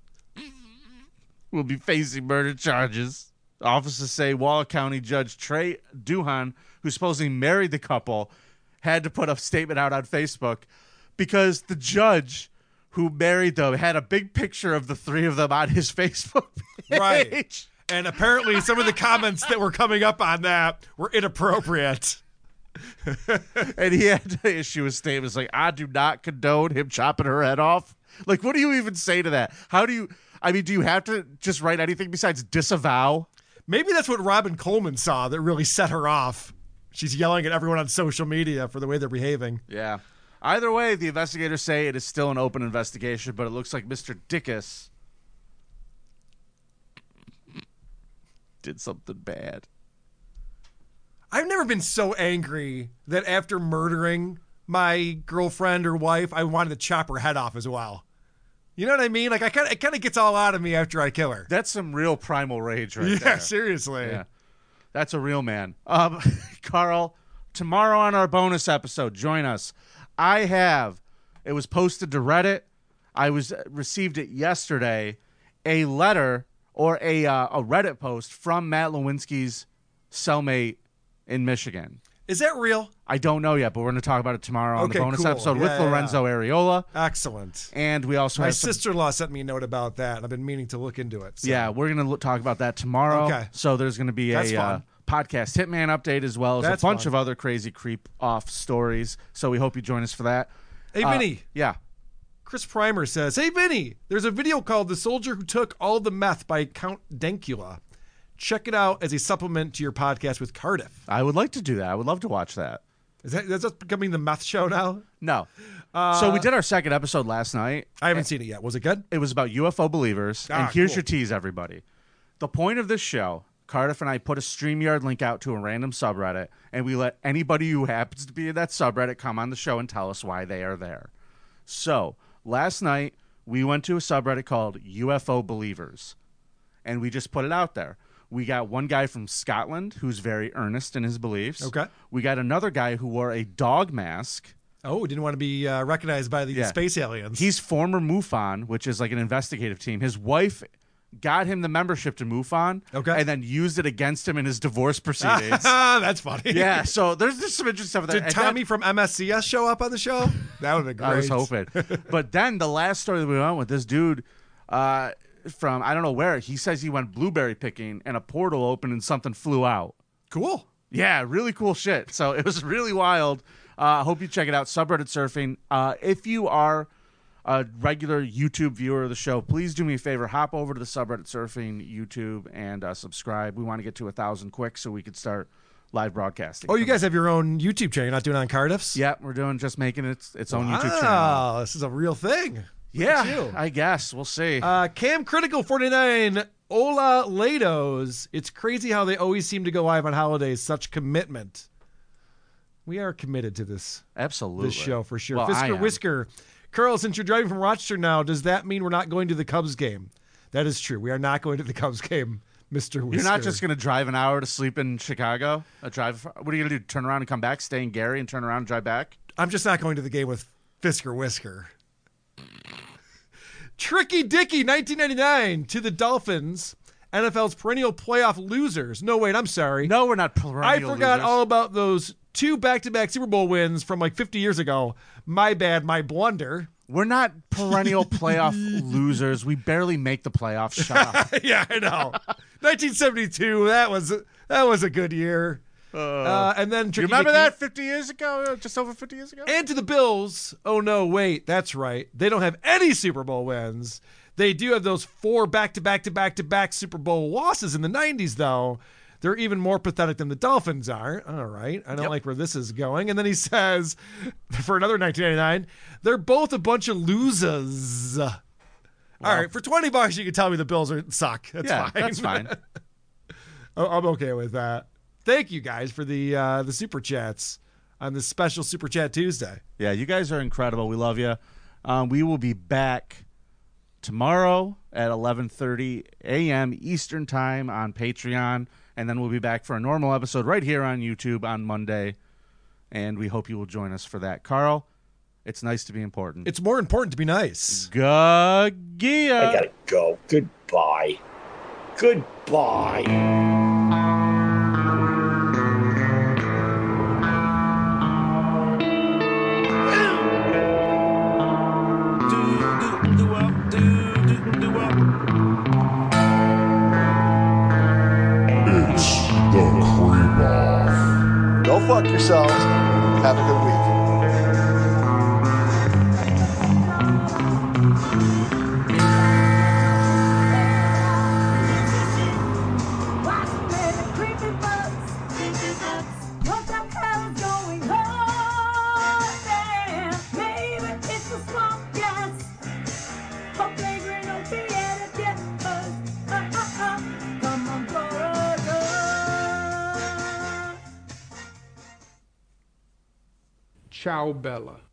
G: will be facing murder charges Offices say Walla County Judge Trey Duhan, who supposedly married the couple, had to put a statement out on Facebook because the judge who married them had a big picture of the three of them on his (laughs) Facebook page.
I: Right. And apparently, some of the comments that were coming up on that were inappropriate.
G: and he had to issue a statement It's like, I do not condone him chopping her head off. Like, what do you even say to that? How do you, I mean, do you have to just write anything besides disavow?
I: Maybe that's what Robin Coleman saw that really set her off. She's yelling at everyone on social media for the way they're behaving.
G: Yeah. Either way, the investigators say it is still an open investigation, but it looks like Mr. Dickus did something bad.
I: I've never been so angry that after murdering my girlfriend or wife, I wanted to chop her head off as well. You know what I mean? Like I kind of it kind of gets all out of me after I kill her.
G: That's some real primal rage right
I: (laughs) yeah,
G: there.
I: seriously.
G: Yeah. That's a real man. Um, (laughs) Carl, tomorrow on our bonus episode, join us. I have, it was posted to Reddit. I was uh, received it yesterday, a letter or a, uh, a Reddit post from Matt Lewinsky's cellmate in Michigan.
I: Is that real?
G: I don't know yet, but we're going to talk about it tomorrow on
I: Okay,
G: the bonus
I: cool.
G: episode
I: Yeah,
G: with
I: yeah, yeah.
G: Lorenzo Areola.
I: Excellent.
G: And we also
I: my
G: have some-
I: sister-in-law sent me a note about that, and I've been meaning to look into it. so.
G: Yeah, we're gonna lo- talk about that tomorrow.
I: uh, Okay.
G: So there's gonna be
I: That's
G: a uh,
I: fun.
G: podcast hitman update as well as
I: That's
G: a bunch
I: fun.
G: of other crazy creep off stories. So we hope you join us for that.
I: Hey,
G: Uh,
I: Vinny.
G: Yeah.
I: Chris Primer says, "Hey Vinny, there's a video called "The Soldier Who Took All the Meth" by Count Dankula. Check it out as a supplement to your podcast with Cardiff.
G: I would like to do that. I would love to watch that.
I: Is that that's just becoming the meth show now?
G: No.
I: Uh,
G: so we did our second episode last night.
I: I haven't seen it yet. Was it good?
G: It was about UFO believers.
I: Ah,
G: and here's
I: cool.
G: your tease, everybody. The point of this show, Cardiff and I put a StreamYard link out to a random subreddit, and we let anybody who happens to be in that subreddit come on the show and tell us why they are there. So last night, we went to a subreddit called UFO Believers, and we just put it out there. We got one guy from Scotland who's very earnest in his beliefs.
I: Okay.
G: We got another guy who wore a dog mask.
I: Oh, didn't want to be uh, recognized by the
G: Yeah.
I: space aliens. (laughs)
G: He's former MUFON, which is like an investigative team. His wife got him the membership to MUFON, okay, and then used it against him in his divorce
I: (laughs)
G: proceedings.
I: that's funny.
G: yeah, so there's just some interesting stuff.
I: Did Tommy from MSCS show up on the show? That would have
G: (laughs)
I: been
G: I was
I: great.
G: hoping, but then the last story that we went with this dude uh, from I don't know where he says he went blueberry picking and a portal opened and something flew out.
I: Cool.
G: Yeah, really cool shit. So it was (laughs) really wild. Uh, I hope you check it out. Subreddit surfing. Uh, if you are a regular YouTube viewer of the show, please do me a favor. Hop over to the subreddit surfing YouTube and uh, subscribe. We want to get to a thousand quick so we could start live broadcasting.
I: Oh, you guys have your own YouTube channel. You're not doing it on Cardiff's?
G: Yeah, we're doing just making its its own YouTube channel.
I: Wow, this is a real thing. Look
G: Yeah,
I: at you.
G: I guess we'll see.
I: Uh, Cam Critical 49, Ola Lados. It's crazy how they always seem to go live on holidays. Such commitment. We are committed to this.
G: Absolutely.
I: This show for sure.
G: Well, I
I: Fisker
G: am.
I: Whisker. Carl, since you're driving from Rochester now, does that mean we're not going to the Cubs game? That is true. We are not going to the Cubs game, (laughs) Mr. Whisker.
G: You're not just going to drive an hour to sleep in Chicago. A drive. What are you going to do? Turn around and come back? Stay in Gary and turn around and drive back?
I: I'm just not going to the game with Fisker Whisker. Tricky Dicky, 1999, to the Dolphins, NFL's perennial playoff losers. No, wait, I'm sorry.
G: No, we're not perennial
I: I forgot
G: losers.
I: all about those two back-to-back Super Bowl wins from like 50 years ago. My bad, my blunder.
G: We're not (laughs) perennial playoff losers. We barely make the playoffs. Shut up.
I: (laughs) yeah, I know. 1972. That was that was a good year. Uh, and
G: (laughs)
I: then
G: you
I: Tricky
G: remember
I: Dicky-
G: that 50 years ago? Uh, Just over 50 years ago?
I: And to the Bills, oh no, wait, that's right. They don't have any Super Bowl wins. They do have those four back to back to back to back Super Bowl losses in the 90s, though. They're even more pathetic than the Dolphins are. All right. I don't like where this is going. And then he (laughs) says, for another 1999, they're both a bunch of losers. All right. For 20 bucks, you can tell me the Bills are suck. That's
G: Yeah,
I: fine.
G: that's (laughs)
I: (laughs)
G: fine.
I: Oh, I'm okay with that. Thank you guys for the uh, the super chats on this special Super Chat Tuesday.
G: Yeah, you guys are incredible. We love you. Um, we will be back tomorrow at 11:30 a.m. Eastern Time on Patreon, and then we'll be back for a normal episode right here on YouTube on Monday. And we hope you will join us for that. Carl, it's nice to be important.
I: It's more important to be nice.
G: Gagia.
A: I gotta go. Goodbye. Goodbye.
B: It's the creep off. Go fuck yourselves. Have a good week.
D: Ciao, Bella.